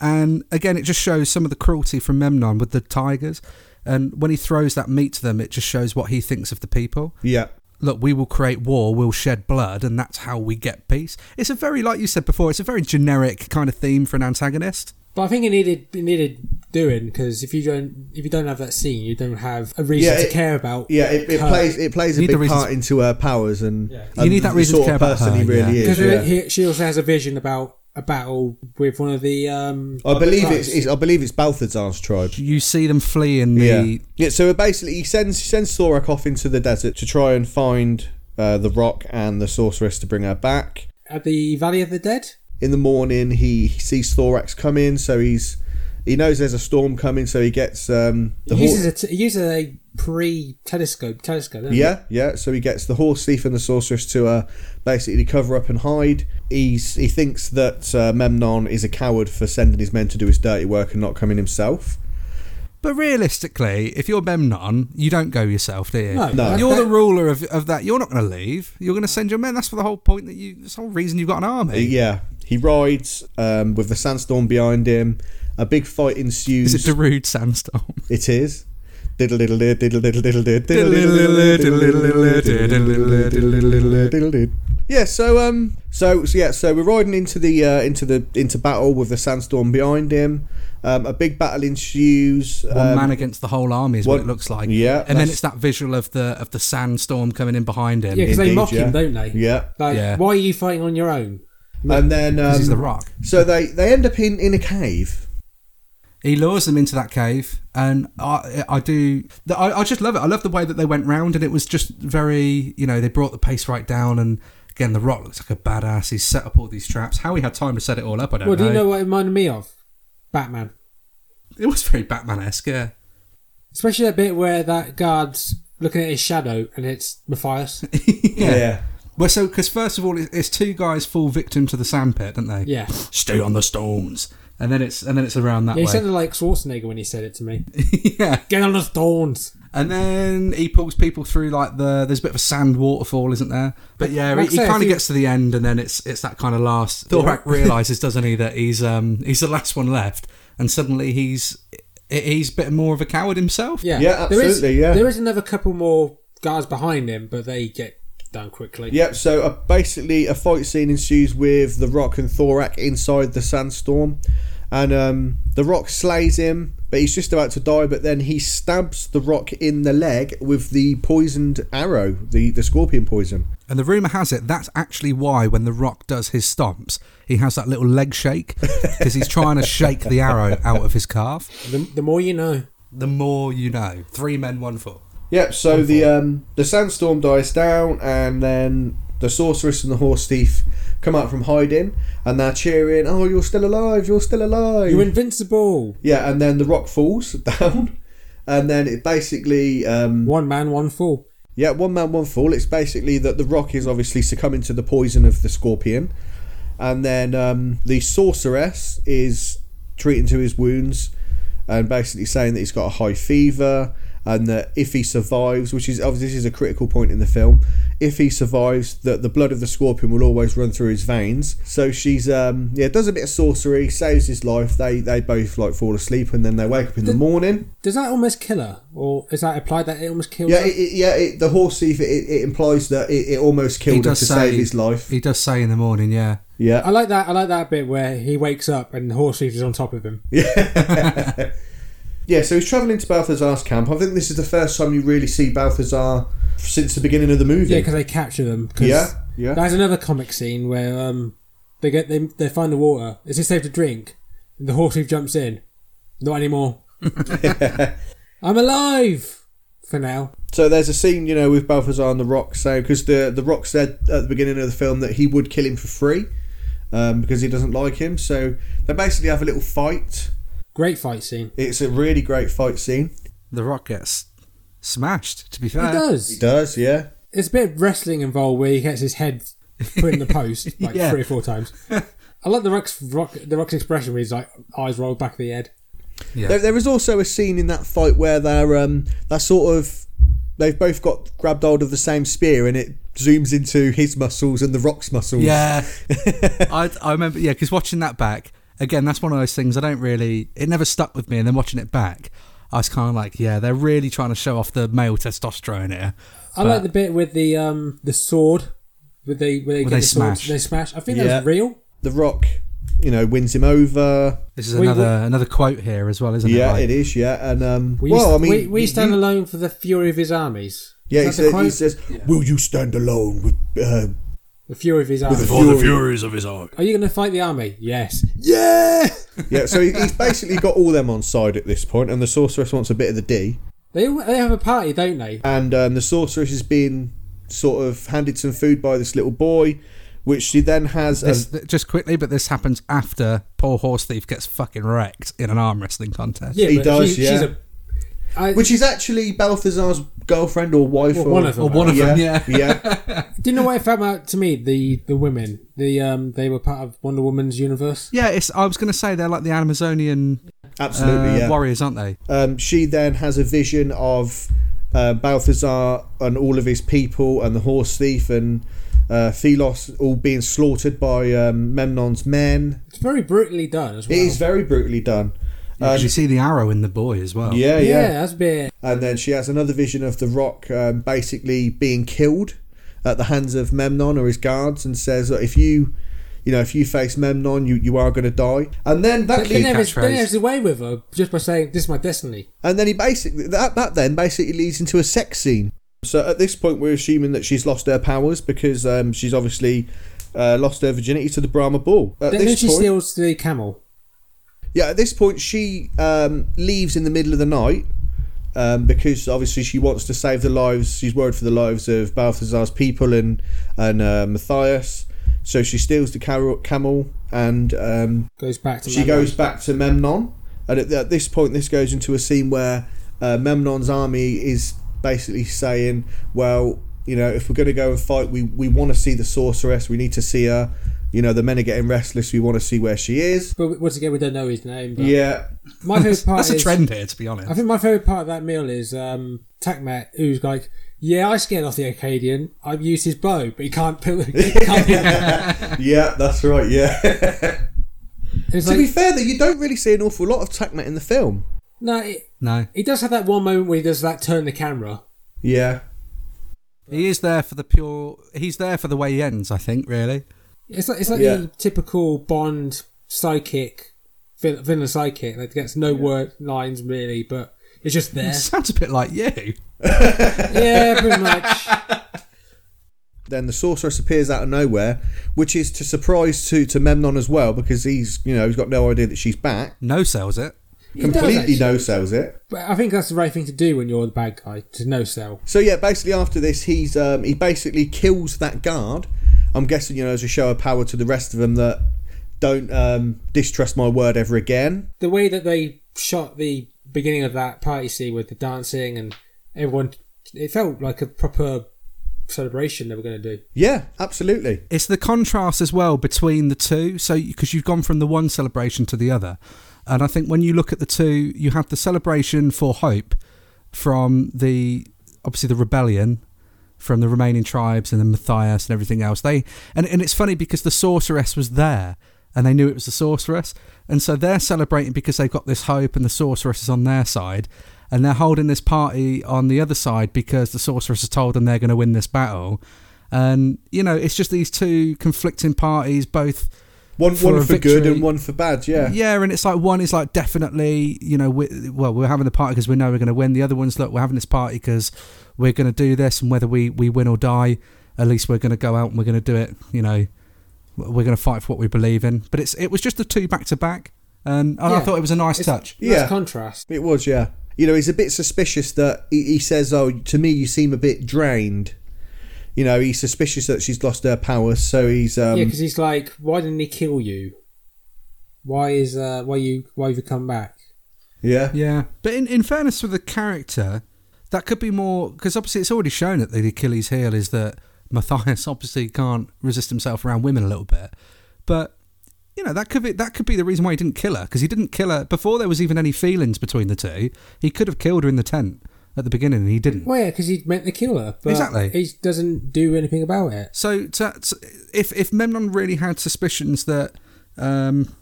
And again, it just shows some of the cruelty from Memnon with the tigers. And when he throws that meat to them, it just shows what he thinks of the people. Yeah, Look, we will create war, we'll shed blood, and that's how we get peace. It's a very, like you said before, it's a very generic kind of theme for an antagonist. But I think it needed it needed doing because if you don't if you don't have that scene, you don't have a reason Yeah, to it- care about. yeah, it, it her. plays it plays a uh, You need the big reason part to- into her powers and, You and need that the reason to sort care of about person he her, really yeah. is. Because yeah. he- she also has a vision about a battle with one of the. Um, I believe tribes. it's, it's I believe it's Balthazar's tribe. You see them flee in the. Yeah. Yeah, so basically he sends he sends Thorak off into the desert to try and find uh, the rock and the sorceress to bring her back. at the Valley of the Dead. In the morning he, he sees Thorax coming, so he's he knows there's a storm coming, so he gets um the He uses horse. a t- he uses a pre telescope telescope. doesn't he? Yeah, yeah. So he gets the horse thief and the sorceress to uh, basically cover up and hide. He's he thinks that uh, Memnon is a coward for sending his men to do his dirty work and not coming himself. But realistically, if you're Memnon, you don't go yourself, do you? No. No. You're the That- ruler of, of that. You're not going to leave. You're going to send your men. That's for the whole point that you. That's the whole reason you've got an army. Yeah, he rides um, with the sandstorm behind him. A big fight ensues. Is it Darude Sandstorm? It is. Diddle diddle did, diddle diddle diddle did, diddle diddle diddle diddle diddle diddle diddle diddle That's diddle did. Yeah, so um, so, so yeah, so we're riding into the uh, into the into battle with the sandstorm behind him. Um, a big battle ensues. One um, man against the whole army is what, one- it looks like. yeah, and then that's- it's that visual of the of the sandstorm coming in behind him. Yeah, because they Indeed, mock yeah. him, don't they? Yeah. Like, Yeah. why are you fighting on your own? and then um, This is the rock. So they they end up in in a cave. He lures them into that cave, and I I do I, I just love it. I love the way that they went round, and it was just very you know they brought the pace right down. And again, the Rock looks like a badass. He's set up all these traps. How he had time to set it all up, I don't Well, know. do you know what it reminded me of? Batman. It was very Batman-esque. Yeah, [LAUGHS] Especially that bit where that guard's looking at his shadow and it's Matthias. Well, so because first of all, it- it's two guys fall victim to the sandpit, don't they? Yeah. Stay on the stones, and then it's and then it's around that Yeah, he way. sounded like Schwarzenegger when he said it to me. yeah, Get on the stones. and then he pulls people through like the there's a bit of a sand waterfall, isn't there? But yeah, Like I he, say, kind of if you- gets to the end, and then it's it's that kind of last. Thorak realizes, doesn't he, that he's um he's the last one left, and suddenly he's he's a bit more of a coward himself. Yeah, Yeah, There absolutely, is, yeah. There is another couple more guards behind him, but they get done quickly. Yep. So uh, basically, a fight scene ensues with the Rock and Thorak inside the sandstorm, and um, the Rock slays him. but he's just about to die. But then he stabs the Rock in the leg with the poisoned arrow, the the scorpion poison. And the rumor has it that's actually why when The Rock does his stomps, he has that little leg shake because he's trying to shake the arrow out of his calf. The, the more you know. The more you know. Three men, one foot. Yep. So the um, the sandstorm dies down, and then the sorceress and the horse thief come out from hiding, and they're cheering, "Oh, you're still alive! You're still alive!" You're invincible. yeah. And then the rock falls [LAUGHS] down, and then it basically um, One man, one fall. yeah, one man, one fall. It's basically that the rock is obviously succumbing to the poison of the scorpion, and then um, the sorceress is treating to his wounds, and basically saying that he's got a high fever, and that if he survives, which is obviously this is a critical point in the film, if he survives, that the blood of the scorpion will always run through his veins. So she's um, yeah, does a bit of sorcery, saves his life. They they both like fall asleep, and then they wake up in the morning. Does that almost kill her, or is that implied that it almost kills Yeah, her? it, it, yeah. It, the horse thief. It, it implies that it, it almost He killed him does to say save his life. He does say in the morning, yeah. yeah, I like that. I like that bit where he wakes up and the horse thief is on top of him. yeah. So he's traveling to Balthazar's camp. I think this is the first time you really see Balthazar since the beginning of the movie. Yeah, because they capture them. 'cause Yeah, yeah. There's another comic scene where um, they get they, they find the water. Is it safe to drink? And the horse thief jumps in. Not anymore. I'm alive for now. so there's a scene, you know, with Balthazar and the Rock saying because the the Rock said at the beginning of the film that he would kill him for free um, because he doesn't like him. So they basically have a little fight. Great fight scene. It's a really great fight scene. The Rock gets smashed, to be He fair. He does. does, yeah. There's a bit of wrestling involved where he gets his head put in the post like Yeah. three or four times. I like the Rock's rock, the Rock's expression where he's like eyes rolled back of the head. There, there is also a scene in that fight where they're um, they're sort of they've both got grabbed hold of the same spear, and it zooms into his muscles and the rock's muscles. [LAUGHS] Yeah, I, I remember. Yeah, because watching that back again, that's one of those things I don't really. It never stuck with me, and then watching it back, I was kind of like, yeah, they're really trying to show off the male testosterone here. I like the bit with the um the sword with they where they get they the sword smash. they smash. I think Yeah. that's real. the rock, you know, wins him over. This is We- another another quote here as well, isn't it? Yeah, Like, it is. Yeah, and um, We, well, used- I mean, we, we you- stand you- alone for the fury of his armies. Yeah, he, Is that the said, he quote? says, "Will you stand alone with uh, the fury of his armies. For the furies of his art. Are you going to fight the army? Yes. Yeah. yeah, so he- he's basically got all them on side at this point, and the sorceress wants a bit of the D, They all- they have a party, don't they? and um, the sorceress is being sort of handed some food by this little boy, which she then has. a- This, th- just quickly, but this happens after poor horse thief gets fucking wrecked in an arm wrestling contest. Yeah, He but does, She's yeah. a, I, which is actually Balthazar's girlfriend or wife, Well, or one of them. Or one of Yeah, them, yeah. [LAUGHS] yeah, do you know what it felt out to me? The the women, the um, they were part of Wonder Woman's universe. Yeah, it's, I was going to say they're like the Amazonian uh, absolutely. yeah. warriors, aren't they? Um, she then has a vision of uh, Balthazar and all of his people and the horse thief and uh, Philos all being slaughtered by um, Memnon's men. It's very brutally done as well. It is very brutally done. Because you see the arrow in the boy as well. Um, Yeah, yeah, yeah. that's a bit. And then she has another vision of the rock um, basically being killed at the hands of Memnon or his guards and says, "Look, if you. You know, if you face Memnon, you, you are going to die. And then that They leads, have his- catchphrase. they have his way with her just by saying, "This is my destiny." and then he basically that that then basically leads into a sex scene. So at this point, we're assuming that she's lost her powers because um, she's obviously uh, lost her virginity to the Brahma Bull. At Then this she point, steals the camel. yeah, at this point, she um, leaves in the middle of the night um, because obviously she wants to save the lives. She's worried for the lives of Balthazar's people and and uh, Matthias. So she steals the car- camel and um, Goes back to she Mambo. goes back to Memnon, and at, at this point, this goes into a scene where uh, Memnon's army is basically saying, "Well, you know, if we're going to go and fight, we we want to see the sorceress. We need to see her. You know, the men are getting restless. We want to see where she is." But once again, we don't know his name. But Yeah, [LAUGHS] My favorite part That's a is. trend here, to be I honest. think my favorite part of that meal is um, Takmat, who's like, "Yeah, I scared off the Acadian. I've used his bow, but he can't pull. He can't pull [LAUGHS] it." yeah, that's right. Yeah. It's to be like, fair, though, you don't really see an awful lot of Takmet in the film. no, he, No. he does have that one moment where he does that turn the camera. Yeah. He is there for the pure. He's there for the way he ends, I think, really. [LAUGHS] It's like it's like Yeah. the typical Bond psychic Vin- Vinland sidekick that gets no word lines really, but it's just [LAUGHS] there. Sounds a bit like you. yeah, pretty much. Then the sorceress appears out of nowhere, which is to surprise to to Memnon as well because he's you know he's got no idea that she's back. No sells it. He does, Completely actually. no sells it. But I think that's the right thing to do when you're the bad guy to no sell. So yeah, basically after this, he's um, he basically kills that guard. I'm guessing you know as a show of power to the rest of them that don't um, distrust my word ever again. The way that they shot the beginning of that party scene with the dancing and everyone, it felt like a proper celebration they were going to do. Yeah, absolutely. It's the contrast as well between the two. So because you've gone from the one celebration to the other, and I think when you look at the two, you have the celebration for hope from the obviously the rebellion from the remaining tribes and the Matthias and everything else. They and and it's funny because the sorceress was there and they knew it was the sorceress, and so they're celebrating because they've got this hope and the sorceress is on their side. And they're holding this party on the other side because the sorceress has told them they're going to win this battle. And you know, it's just these two conflicting parties, both One one For a for good victory. and one for bad. Yeah. yeah, and it's like one is like definitely, you know, we, well, we're having the party because we know we're going to win. The other one's look, we're having this party because we're going to do this, and whether we we win or die, at least we're going to go out and we're going to do it. You know, we're going to fight for what we believe in. But it's it was just the two back to back, and, and I Yeah. thought it was a nice It's- touch. Nice Yeah. contrast. It was, yeah. You know, he's a bit suspicious that he, he says, "Oh, to me, you seem a bit drained." You know, he's suspicious that she's lost her powers, so he's um, yeah, because he's like, why didn't he kill you? Why is uh, why you why have you come back? yeah. Yeah, but in, in fairness for the character, that could be more because obviously it's already shown that the Achilles' heel is that Matthias [LAUGHS] obviously can't resist himself around women a little bit, but you know that could be that could be the reason why he didn't kill her because he didn't kill her before there was even any feelings between the two. He could have killed her in the tent at the beginning and he didn't. Well, yeah, because he meant to kill her, but Exactly. he doesn't do anything about it. So, to, to- if if Memnon really had suspicions that, um,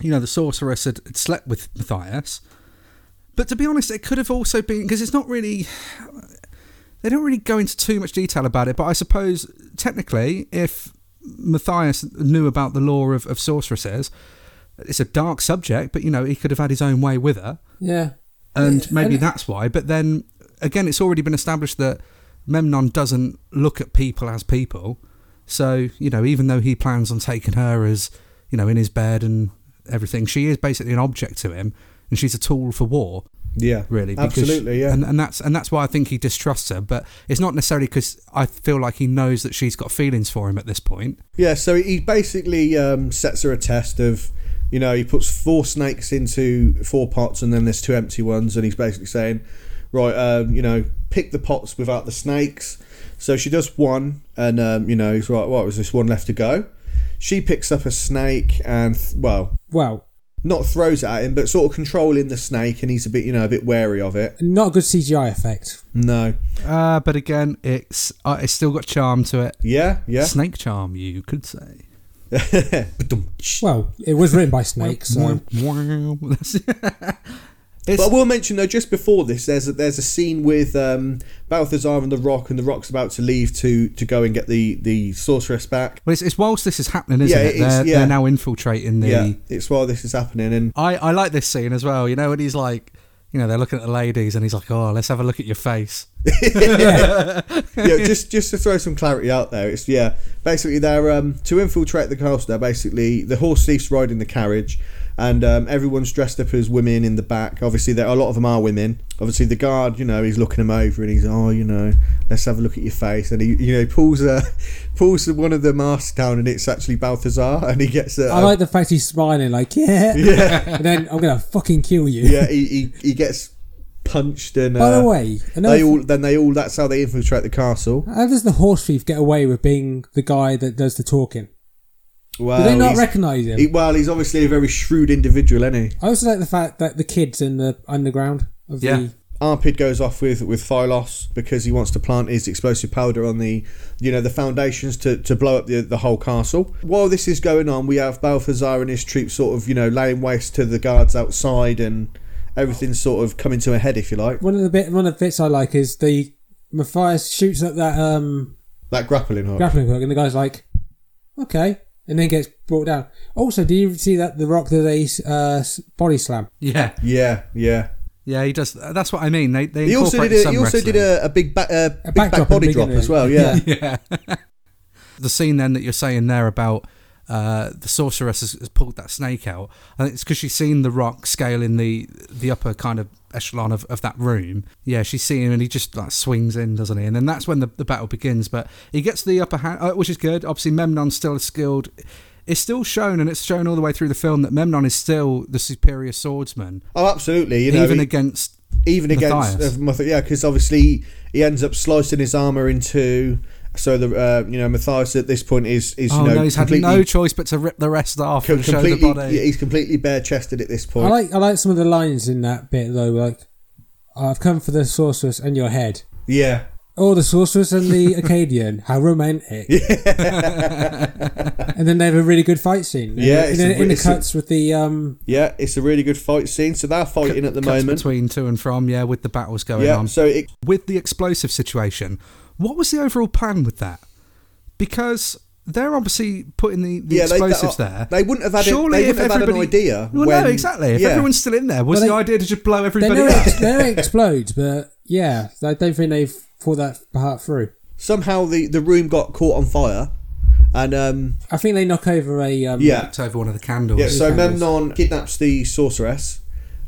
you know, the sorceress had, had slept with Matthias, but to be honest, it could have also been because it's not really. They don't really go into too much detail about it, but I suppose technically, if Matthias knew about the law of, of sorceresses, it's a dark subject, but you know, he could have had his own way with her Yeah, and maybe and- that's why. But then again, it's already been established that Memnon doesn't look at people as people. So you know, even though he plans on taking her as you know in his bed and everything, she is basically an object to him, and she's a tool for war, Yeah, really. because- absolutely, yeah. and, and that's and that's why I think he distrusts her. But it's not necessarily because I feel like he knows that she's got feelings for him at this point. yeah, so he basically um, sets her a test of, you know, he puts four snakes into four pots and then there's two empty ones, and he's basically saying, right, um, you know, pick the pots without the snakes. So she does one, and um, you know, he's right. What was this one left to go? She picks up a snake and th- well, well, not throws it at him, but sort of controlling the snake, and he's a bit, you know, a bit wary of it. not a good CGI effect. No, Uh, but again, it's uh, it's still got charm to it. yeah, yeah. Snake charm, you could say. Well, it was written by Snake, so Wow. [LAUGHS] That's But I will mention though, just before this, there's a, there's a scene with um, Balthazar and the Rock, and the Rock's about to leave to to go and get the the sorceress back. Well, it's, it's whilst this is happening, isn't Yeah, it it? is, they're, yeah. they're now infiltrating the. Yeah, it's while this is happening, and I, I like this scene as well. You know, when he's like, you know, they're looking at the ladies and he's like, oh, let's have a look at your face. [LAUGHS] yeah, [LAUGHS] just just to throw some clarity out there, it's yeah, basically they're um, to infiltrate the castle. They're basically the horse thieves riding the carriage, and um, everyone's dressed up as women in the back. Obviously, there a lot of them are women. Obviously, the guard, you know, he's looking them over and he's oh, you know, let's have a look at your face, and he you know pulls a [LAUGHS] pulls one of the masks down, and it's actually Balthazar, and he gets a, I like the fact he's smiling like [LAUGHS] yeah, Yeah. and then I'm gonna fucking kill [LAUGHS] you. yeah, he, he he gets punched and. By uh, the way, another they all then they all that's how they infiltrate the castle. How does the horse thief get away with being the guy that does the talking? Well, Do they not he's- recognise him? he- well, he's obviously a very shrewd individual, isn't he? I also like the fact that the kids in the underground of Yeah. the Arpid goes off with with Phylos because he wants to plant his explosive powder on the, you know, the foundations to, to blow up the the whole castle. While this is going on, we have Balthazar and his troops sort of, you know, laying waste to the guards outside and everything's sort of coming to a head, if you like. one of the bit one of the bits I like is the Matthias shoots up that um That grappling hook. grappling hook and the guy's like, okay, and then gets brought down. Also, do you see that The Rock did a uh, s- body slam? Yeah, Yeah, yeah. yeah, he does. That's what I mean. They they He also incorporate did. A, some he also did wrestling. a, a big back, uh, big back back, drop in body the drop beginning. as well. Yeah. [LAUGHS] yeah. the scene then that you're saying there about uh, the sorceress has, has pulled that snake out, I think it's because she's seen the rock scale in the the upper kind of echelon of, of that room. Yeah, she's seen him and he just like swings in, doesn't he? And then that's when the, the battle begins. But he gets the upper hand, uh, which is good. Obviously, Memnon's still skilled. It's still shown, and it's shown all the way through the film that Memnon is still the superior swordsman, Oh, absolutely. You know, even he- against even against Matthias. uh, Math- yeah, because obviously he ends up slicing his armor in two. So the uh, you know Matthias at this point is is you Oh know no, he's had completely, no choice but to rip the rest off co- and show the completely body. yeah, he's completely bare chested at this I point. like I like some of the lines in that bit though. Like, I've come for the sorceress and your head. yeah, Oh, the sorceress and [LAUGHS] the Acadian. How romantic. and then they have a really good fight scene. Yeah, In, it's the- a- in the it's a- cuts with the. um. yeah, it's a really good fight scene. So they're fighting at the cuts moment. between to and from, yeah, with the battles going Yeah, on. so it with the explosive situation, what was the overall plan with that? Because they're obviously putting the, the yeah, they- explosives they, there. They wouldn't have had. Surely, it, they if wouldn't have had an everybody- idea. Well, when, no, exactly. If yeah. everyone's still in there, was But the they- idea to just blow They [LAUGHS] everybody never, up? ex- they never explode, but yeah, I don't think they've thought that part through. somehow the the room got caught on fire, and um I think they knock over a. Um, yeah, It's over one of the candles. Yeah, so candles. Memnon kidnaps the sorceress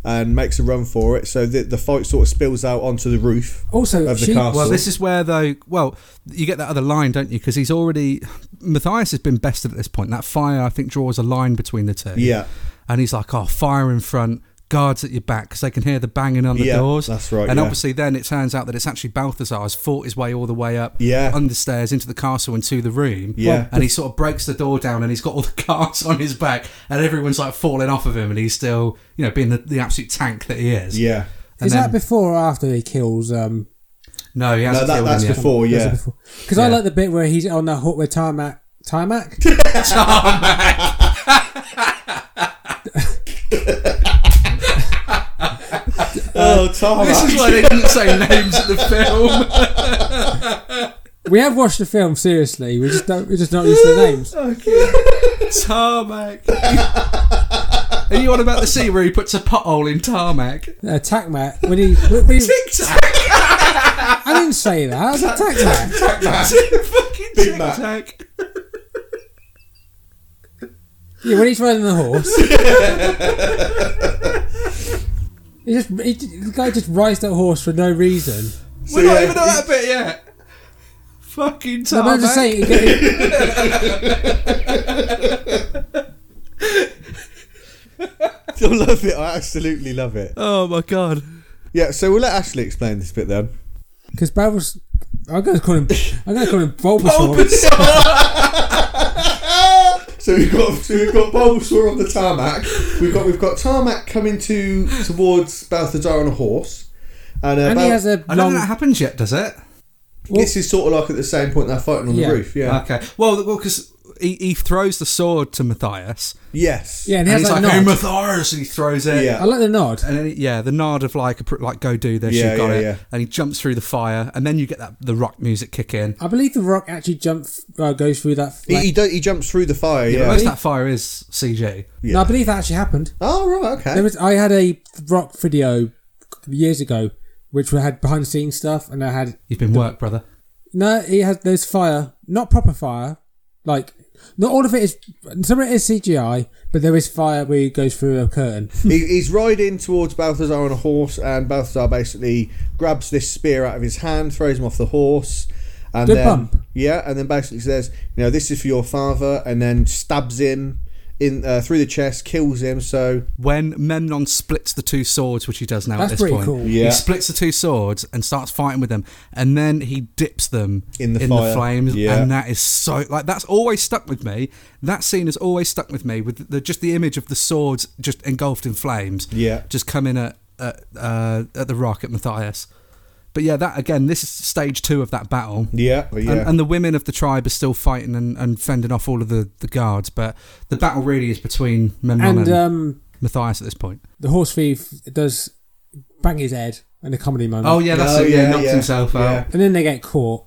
and makes a run for it. So the, the fight sort of spills out onto the roof Oh, Also, of the she- castle. Well, this is where though. Well, you get that other line, don't you? Because he's already Matthias has been bested at this point. That fire, I think, draws a line between the two. Yeah. and he's like, "Oh, fire in front, guards at your back," because they can hear the banging on the Yeah, doors. that's right, And yeah. obviously, then it turns out that it's actually Balthazar's fought his way all the way up, Yeah. under stairs into the castle and to the room. Yeah. and he sort of breaks the door down, and he's got all [LAUGHS] the guards on his back, and everyone's like falling off of him, and he's still, you know, being the, the absolute tank that he is. yeah. And Is then- that before or after he kills. um No, he No, hasn't Uh, that- killed him that's yet. before, yeah. Because I Yeah. like the bit where he's on that hot with tarmac. [LAUGHS] Tarmac? [LAUGHS] Oh, Tom. This is why they didn't [LAUGHS] say names in the film. we have watched the film, seriously. We just don't, we're just not used to the names. tarmac. Are you on about the scene where he puts a pothole in tarmac? Uh, Tacmac. When he. When he [LAUGHS] I didn't say that. I was a [LAUGHS] Tacmac. Fucking tic Mac. tac. Yeah, when he's riding [LAUGHS] the horse. he just, he, the guy just rides that horse for no reason. We're not even on that bit yet. Fucking No, but tarmac. I'm just saying. he get- I love it. I absolutely love it. oh my god. Yeah, so we'll let Ashley explain this bit then. Because Babel's. I'm going to call him. I'm going to call him Bulbasaur. So we've got so we've got Bulbasaur on the tarmac. We've got we've got tarmac coming to towards Balthazar on a horse, and, uh, and he Bal- has a I don't long. think that happens yet, does it? this is sort of like at the same point they're fighting on Yeah. the roof. Yeah. Okay. Well, well, because he, he throws the sword to Matthias, yes. yeah, and, and he has he's that like, "Hey, nod. Matthias!" and he throws it. Yeah. I like the nod. And then he- yeah, the nod of like a, pr- like go do this, Yeah, you've got yeah, it. yeah. And he jumps through the fire, and then you get that the rock music kick in. I believe the Rock actually jumps, uh, goes through that. He, Flat. he, do- he jumps through the fire. But Yeah. Most of that fire is CG. yeah. No, I believe that actually happened. Oh right. Okay. There was, I had a Rock video years ago, which had behind the scenes stuff, and I had You've been work, brother. No, he has. There's fire, not proper fire. Like, not all of it is. Some of it is CGI, but there is fire where he goes through a curtain. he, he's riding towards Balthazar on a horse, and Balthazar basically grabs this spear out of his hand, throws him off the horse, and Good then bump. yeah, and then basically says, you know, this is for your father, and then stabs him in uh, through the chest, kills him. So When Memnon splits the two swords, which he does now That's at this pretty point, cool. Yeah. he splits the two swords and starts fighting with them, and then he dips them In the fire. flames, Yeah. and that is so like that's always stuck with me. That scene has always stuck with me with the, just the image of the swords just engulfed in flames, Yeah. just coming at at, uh, at the rock at Matthias. But yeah, that again, this is stage two of that battle. yeah, but yeah, And, and the women of the tribe are still fighting and, and fending off all of the, the guards, but the battle really is between Memnon And and, um, Matthias at this point. the horse thief does bang his head in a comedy moment. Oh yeah, that's Oh, it. Yeah, yeah, knocks yeah, himself yeah. out. And then they get caught.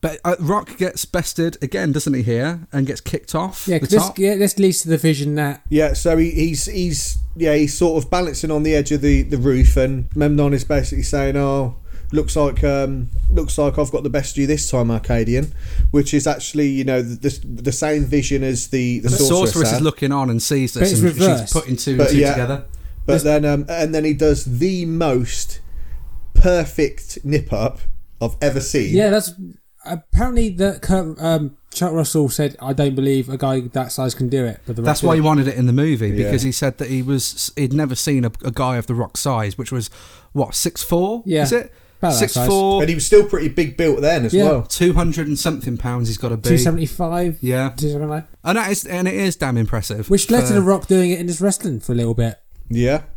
But uh, Rock gets bested again, doesn't he? Here and gets kicked off. Yeah, the 'cause this, top. yeah, this leads to the vision that Yeah, so he, he's he's yeah he's sort of balancing on the edge of the, the roof, and Memnon is basically saying, "Oh, looks like um, looks like I've got the best of you this time, Arcadian," which is actually you know the the, the same vision as the the, The sorceress, sorceress had. is looking on and sees But this, it's and reversed. she's putting two But and two yeah. together. But then um, and then he does the most perfect nip up I've ever seen. Yeah, that's apparently the Kurt, um, Chuck Russell said, "I don't believe a guy that size can do it." But the That's rest of why it- he wanted it in the movie Yeah. because he said that he was he'd never seen a, a guy of the Rock size, which was what six four. Yeah, is it about that six size. four? and he was still pretty big built then as Yeah. well. Two hundred and something pounds. He's got to be. two seventy five. Yeah. two seventy five. And that is and it is damn impressive. Which led to for- the Rock doing it in his wrestling for a little bit. Yeah. [LAUGHS]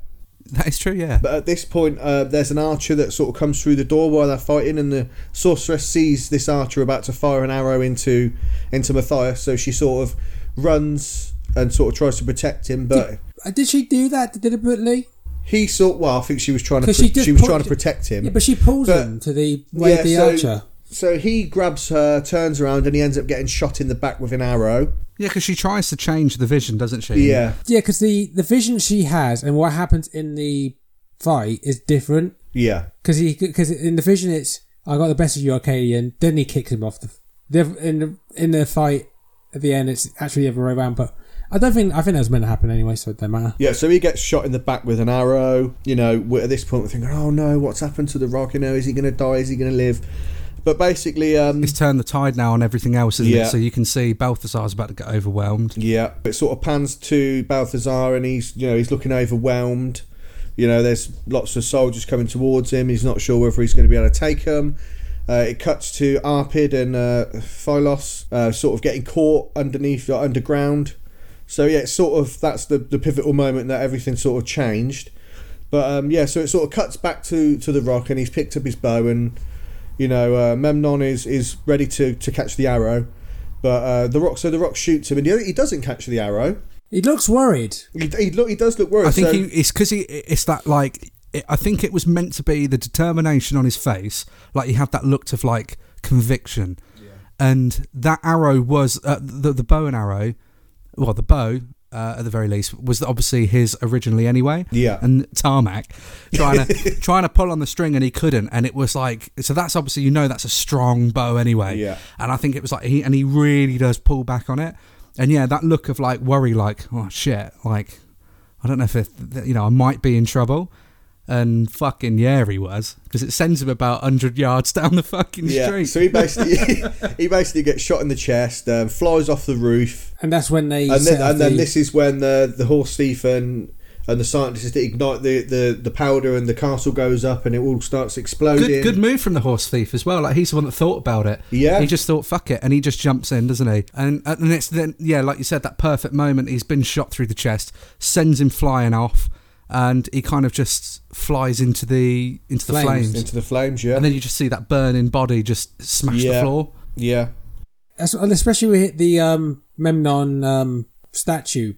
That is true. Yeah. But at this point, uh, there's an archer that sort of comes through the door while they're fighting, and the sorceress sees this archer about to fire an arrow into into Matthias, so she sort of runs and sort of tries to protect him, but Uh, Did she do that deliberately? he sort well, I think she was trying to 'Cause pro- she she, just was put- trying to protect him. Yeah, but she pulls But- him to the way of the so, archer. so he grabs her, turns around, and he ends up getting shot in the back with an arrow. Yeah, because she tries to change the vision, doesn't she? Yeah, Yeah, because the the vision she has and what happens in the fight is different. yeah. Because he because in the vision it's I got the best of you, Arcadian. Then he kicks him off the. the in the in the fight at the end, it's actually the other way around. But I don't think I think that was meant to happen anyway, so it don't matter. Yeah, so he gets shot in the back with an arrow. You know, we're, at this point we're thinking, oh no, what's happened to the rock? You know, is he going to die? Is he going to live? But basically, um, It's turned the tide now on everything else, isn't Yeah. it? So you can see Balthazar's about to get overwhelmed. yeah, it sort of pans to Balthazar, and he's you know he's looking overwhelmed. You know, there's lots of soldiers coming towards him. He's not sure whether he's going to be able to take them. Uh, it cuts to Arpid and uh, Phylos uh, sort of getting caught underneath, uh, underground. So yeah, it's sort of that's the, the pivotal moment that everything sort of changed. But um, yeah, so it sort of cuts back to, to the rock, and he's picked up his bow, and you know uh, Memnon is is ready to, to catch the arrow, but uh, the rock so the rock shoots him, and he, he doesn't catch the arrow. He looks worried. He, he look he does look worried. I think so, he, it's because he, it's that like it, I think it was meant to be the determination on his face, like he had that look of like conviction, and that arrow was uh, the the bow and arrow, well the bow. Uh, at the very least, was obviously his originally anyway. Yeah. and tarmac trying to [LAUGHS] trying to pull on the string and he couldn't, and it was like so. That's obviously you know that's a strong bow anyway. Yeah. and I think it was like he and he really does pull back on it, and yeah, that look of like worry, like oh shit, like I don't know if it, th- you know I might be in trouble. And fucking yeah, he was because it sends him about hundred yards [LAUGHS] down the fucking yeah. street. So he basically [LAUGHS] he basically gets shot in the chest, um, flies off the roof, And that's when they. and set then up and then the- this is when the the horse thief and and the scientists ignite the, the, the powder, and the castle goes up, and it all starts exploding. good, good move from the horse thief as well. Like he's the one that thought about it. Yeah. he just thought fuck it, and he just jumps in, doesn't he? And and it's then yeah, like you said, that perfect moment. He's been shot through the chest, sends him flying off, and he kind of just flies into the into the Flames. flames, into the flames, yeah, and then you just see that burning body just smash Yeah. the floor. yeah. That's- and especially we hit the um, Memnon um, statue.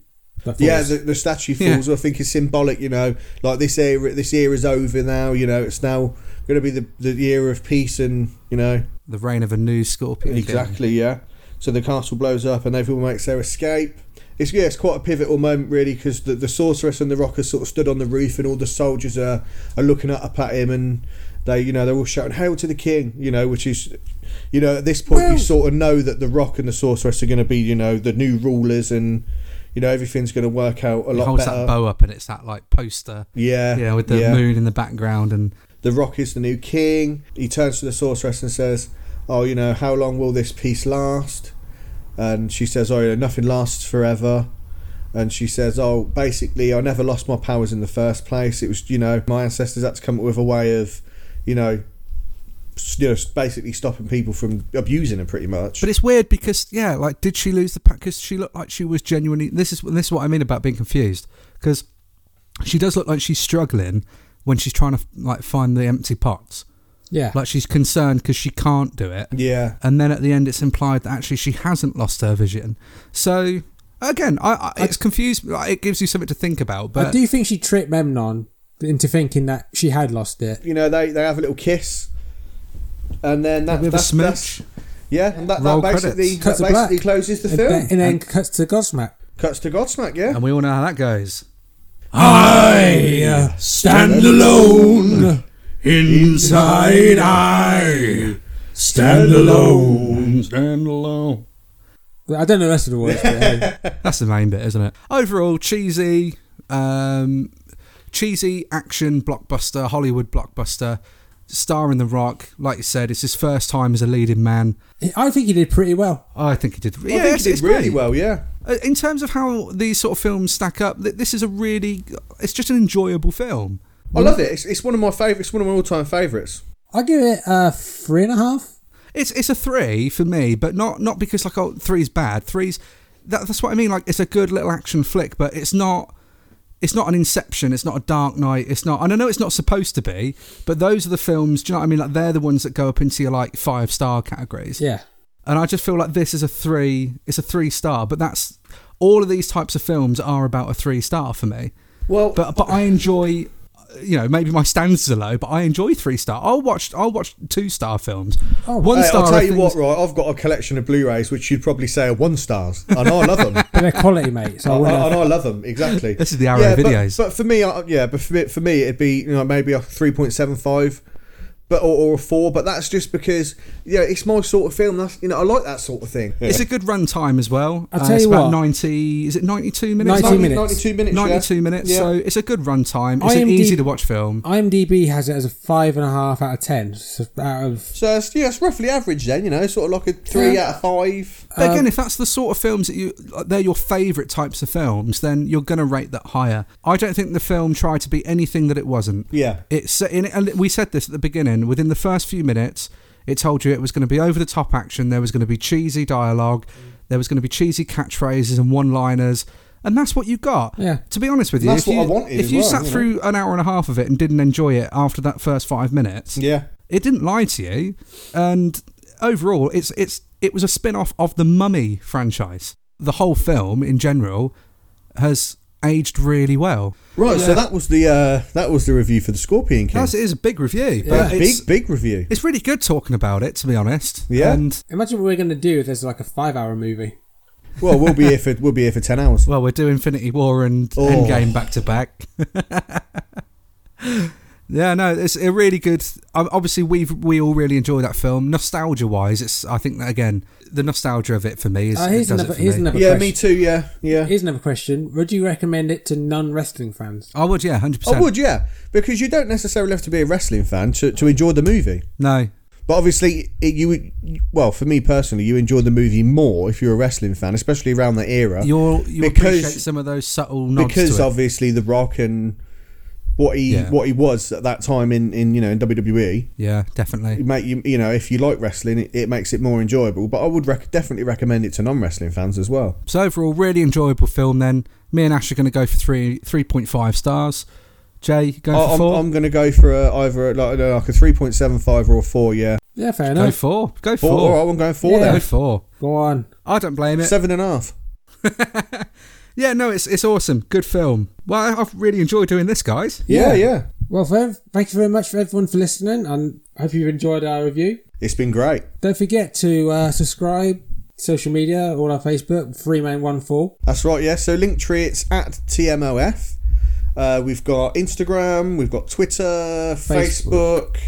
that falls. Yeah, the, the statue Yeah. falls. I think it's symbolic, you know, like this era, this era is over now. You know, it's now going to be the the era of peace, and you know, The reign of a new scorpion. king. exactly, yeah. So the castle blows up, and everyone makes their escape. It's yeah, it's quite a pivotal moment really, because the, the sorceress and the rocker sort of stood on the roof, and all the soldiers are are looking up at him, and they, you know, they're all shouting "Hail to the king!" You know, which is. You know, at this point, Well- you sort of know that the Rock and the Sorceress are going to be, you know, the new rulers, and you know everything's going to work out a He lot holds better. that bow up, and it's that like poster. Yeah. Yeah, with the yeah. moon in the background, and The Rock is the new king. He turns to the sorceress and says, Oh, you know, how long will this peace last? And she says, Oh, you know, nothing lasts forever. And she says, Oh, basically, I never lost my powers in the first place. It was, you know, my ancestors had to come up with a way of, you know, s- you know, s- basically stopping people from abusing them pretty much. But it's weird because yeah, like did she lose the pack? Because she looked like she was genuinely. This is this is what I mean about being confused. Because she does look like she's struggling when she's trying to like find the empty pots. yeah. Like she's concerned because she can't do it. yeah. And then at the end, it's implied that actually she hasn't lost her vision. So again, I, I it's confused. Like, it gives you something to think about. I But do think she tricked Memnon into thinking that she had lost it. You know, they, they have a little kiss. And then that, bit of a that's, that's- smooch. Yeah, and that, Roll that basically, credits. that Cuts to black. basically closes the And, film. then- and then cuts to Godsmack. Cuts to Godsmack, yeah. And we all know how that goes. I stand alone inside. I stand alone. I don't know the rest of the words. but, hey. That's the main bit, isn't it? Overall, cheesy, um, cheesy action blockbuster, Hollywood blockbuster, starring The Rock. Like you said, it's his first time as a leading man. I think he did pretty well. I think he did. I yeah, think it's- he it's did really great. well, yeah. Uh, In terms of how these sort of films stack up, th- this is a really, it's just an enjoyable film. I love it. It's, it's one of my favourites. One of my all-time favourites. I give it a three and a half. It's it's a three for me, but not not because like oh three's bad. Three's that, that's what I mean. Like it's a good little action flick, but it's not it's not an Inception. It's not a Dark Knight. It's not. And I know it's not supposed to be, but those are the films. Do you know what I mean? Like they're the ones that go up into your like five star categories. Yeah. And I just feel like this is a three. It's a three star, but that's all of these types of films are about a three star for me. Well, But but I enjoy. You know, maybe my standards are low, but I enjoy three star. I'll watch. I'll watch two star films. Oh, one hey, star. I'll are tell you what, things- right? I've got a collection of Blu-rays, which you'd probably say are one stars. I know I love [LAUGHS] them. But they're quality, mate. So I I, wouldn't I, have- and I love them exactly. Oh, This is the hour yeah, of videos. But, but for me, I, yeah, but for me, for me, it'd be you know maybe a three point seven five, but or, or a four. But that's just because yeah, it's my sort of film. That's you know I like that sort of thing. It's a good run time as well. Uh, I'll tell it's you about what. ninety. Is it ninety-two minutes? 90 Ninety- minutes. Ninety-two minutes. yeah. Ninety-two minutes. Yeah. So it's a good run time. It's an IMD easy to watch film. IMDb has it as a five and a half out of ten. So out of So it's, yeah, it's roughly average then. You know, sort of like a three Yeah. out of five. But again, if that's the sort of films that you like, they're your favourite types of films, then you're going to rate that higher. I don't think the film tried to be anything that it wasn't. Yeah. It's in, and we said this at the beginning. Within the first few minutes, it told you it was going to be over the top action. There was going to be cheesy dialogue. There was going to be cheesy catchphrases and one liners. And that's what you got. Yeah. To be honest with you, That's if what you, I wanted If as you well, sat you know. through an hour and a half of it and didn't enjoy it after that first five minutes, Yeah. it didn't lie to you. And overall, it's it's it was a spin off of the Mummy franchise. The whole film in general has aged really well. Right, so that was the uh, that was the review for the Scorpion King. Plus, it is a big review. Uh, But it's, big big review. it's really good talking about it, to be honest. Yeah. And imagine what we're gonna do if there's like a five hour movie. Well, we'll be here for we'll be here for ten hours. well, we're doing Infinity War and Oh. Endgame back to back. [LAUGHS] Yeah, no, it's a really good. ob- Obviously, we have we all really enjoy that film. Nostalgia wise, it's I think that again the nostalgia of it for me is. Uh, it here's does it another. for Here's me. [LAUGHS] another. Yeah, question. me too. Yeah, yeah. Here's another question. Would you recommend it to non wrestling fans? I Oh, would, yeah, hundred percent. I would, yeah, because you don't necessarily have to be a wrestling fan to, to enjoy the movie. No, But obviously, it, you would- well, for me personally, you enjoy the movie more if you're a wrestling fan, especially around that era. You're, you Because- appreciate some of those subtle nods because to it. obviously, The Rock and what he Yeah. what he was at that time in, in you know in WWE, yeah, it definitely. make you you know if you like wrestling, it, it makes it more enjoyable. But I would rec- definitely recommend it to non wrestling fans as well. So overall, really enjoyable film. Then me and Ash are going to go for three three point five stars. Jay, you going I, for I'm, 4 I'm going to go for a, either a, like, a- like a three point seven five or a four. Yeah, Yeah, fair go enough. four. Go four. four. All right, I'm going four Yeah. Go then. four. Go on. I don't blame it. Seven and a half. yeah, no, it's it's awesome. Good film. Well, I- I've really enjoyed doing this, guys. Yeah, yeah. Well, Fev, thank you very much for everyone for listening, and I hope you've enjoyed our review. It's been great. Don't forget to uh, subscribe, social media, all our Facebook, Freeman14. That's right, yeah. So Linktree, it's at TMOF. Uh, we've got Instagram, we've got Twitter, Facebook,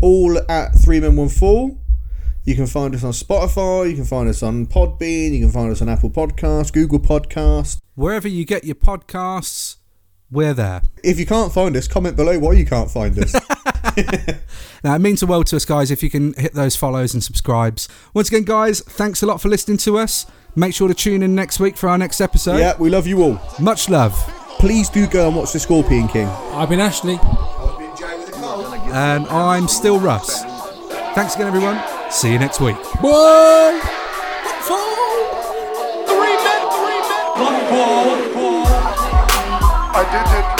all at 3men14. You can find us on Spotify, you can find us on Podbean, you can find us on Apple Podcasts, Google Podcasts. Wherever you get your podcasts, we're there. If you can't find us, comment below why you can't find us. Now, it means the world to us, guys, if you can hit those follows and subscribes. Once again, guys, thanks a lot for listening to us. Make sure to tune in next week for our next episode. yeah, we love you all. Much love. Please do go and watch The Scorpion King. I've been Ashley. and I'm still Russ. Thanks again, everyone. See you next week. Bye! I did it.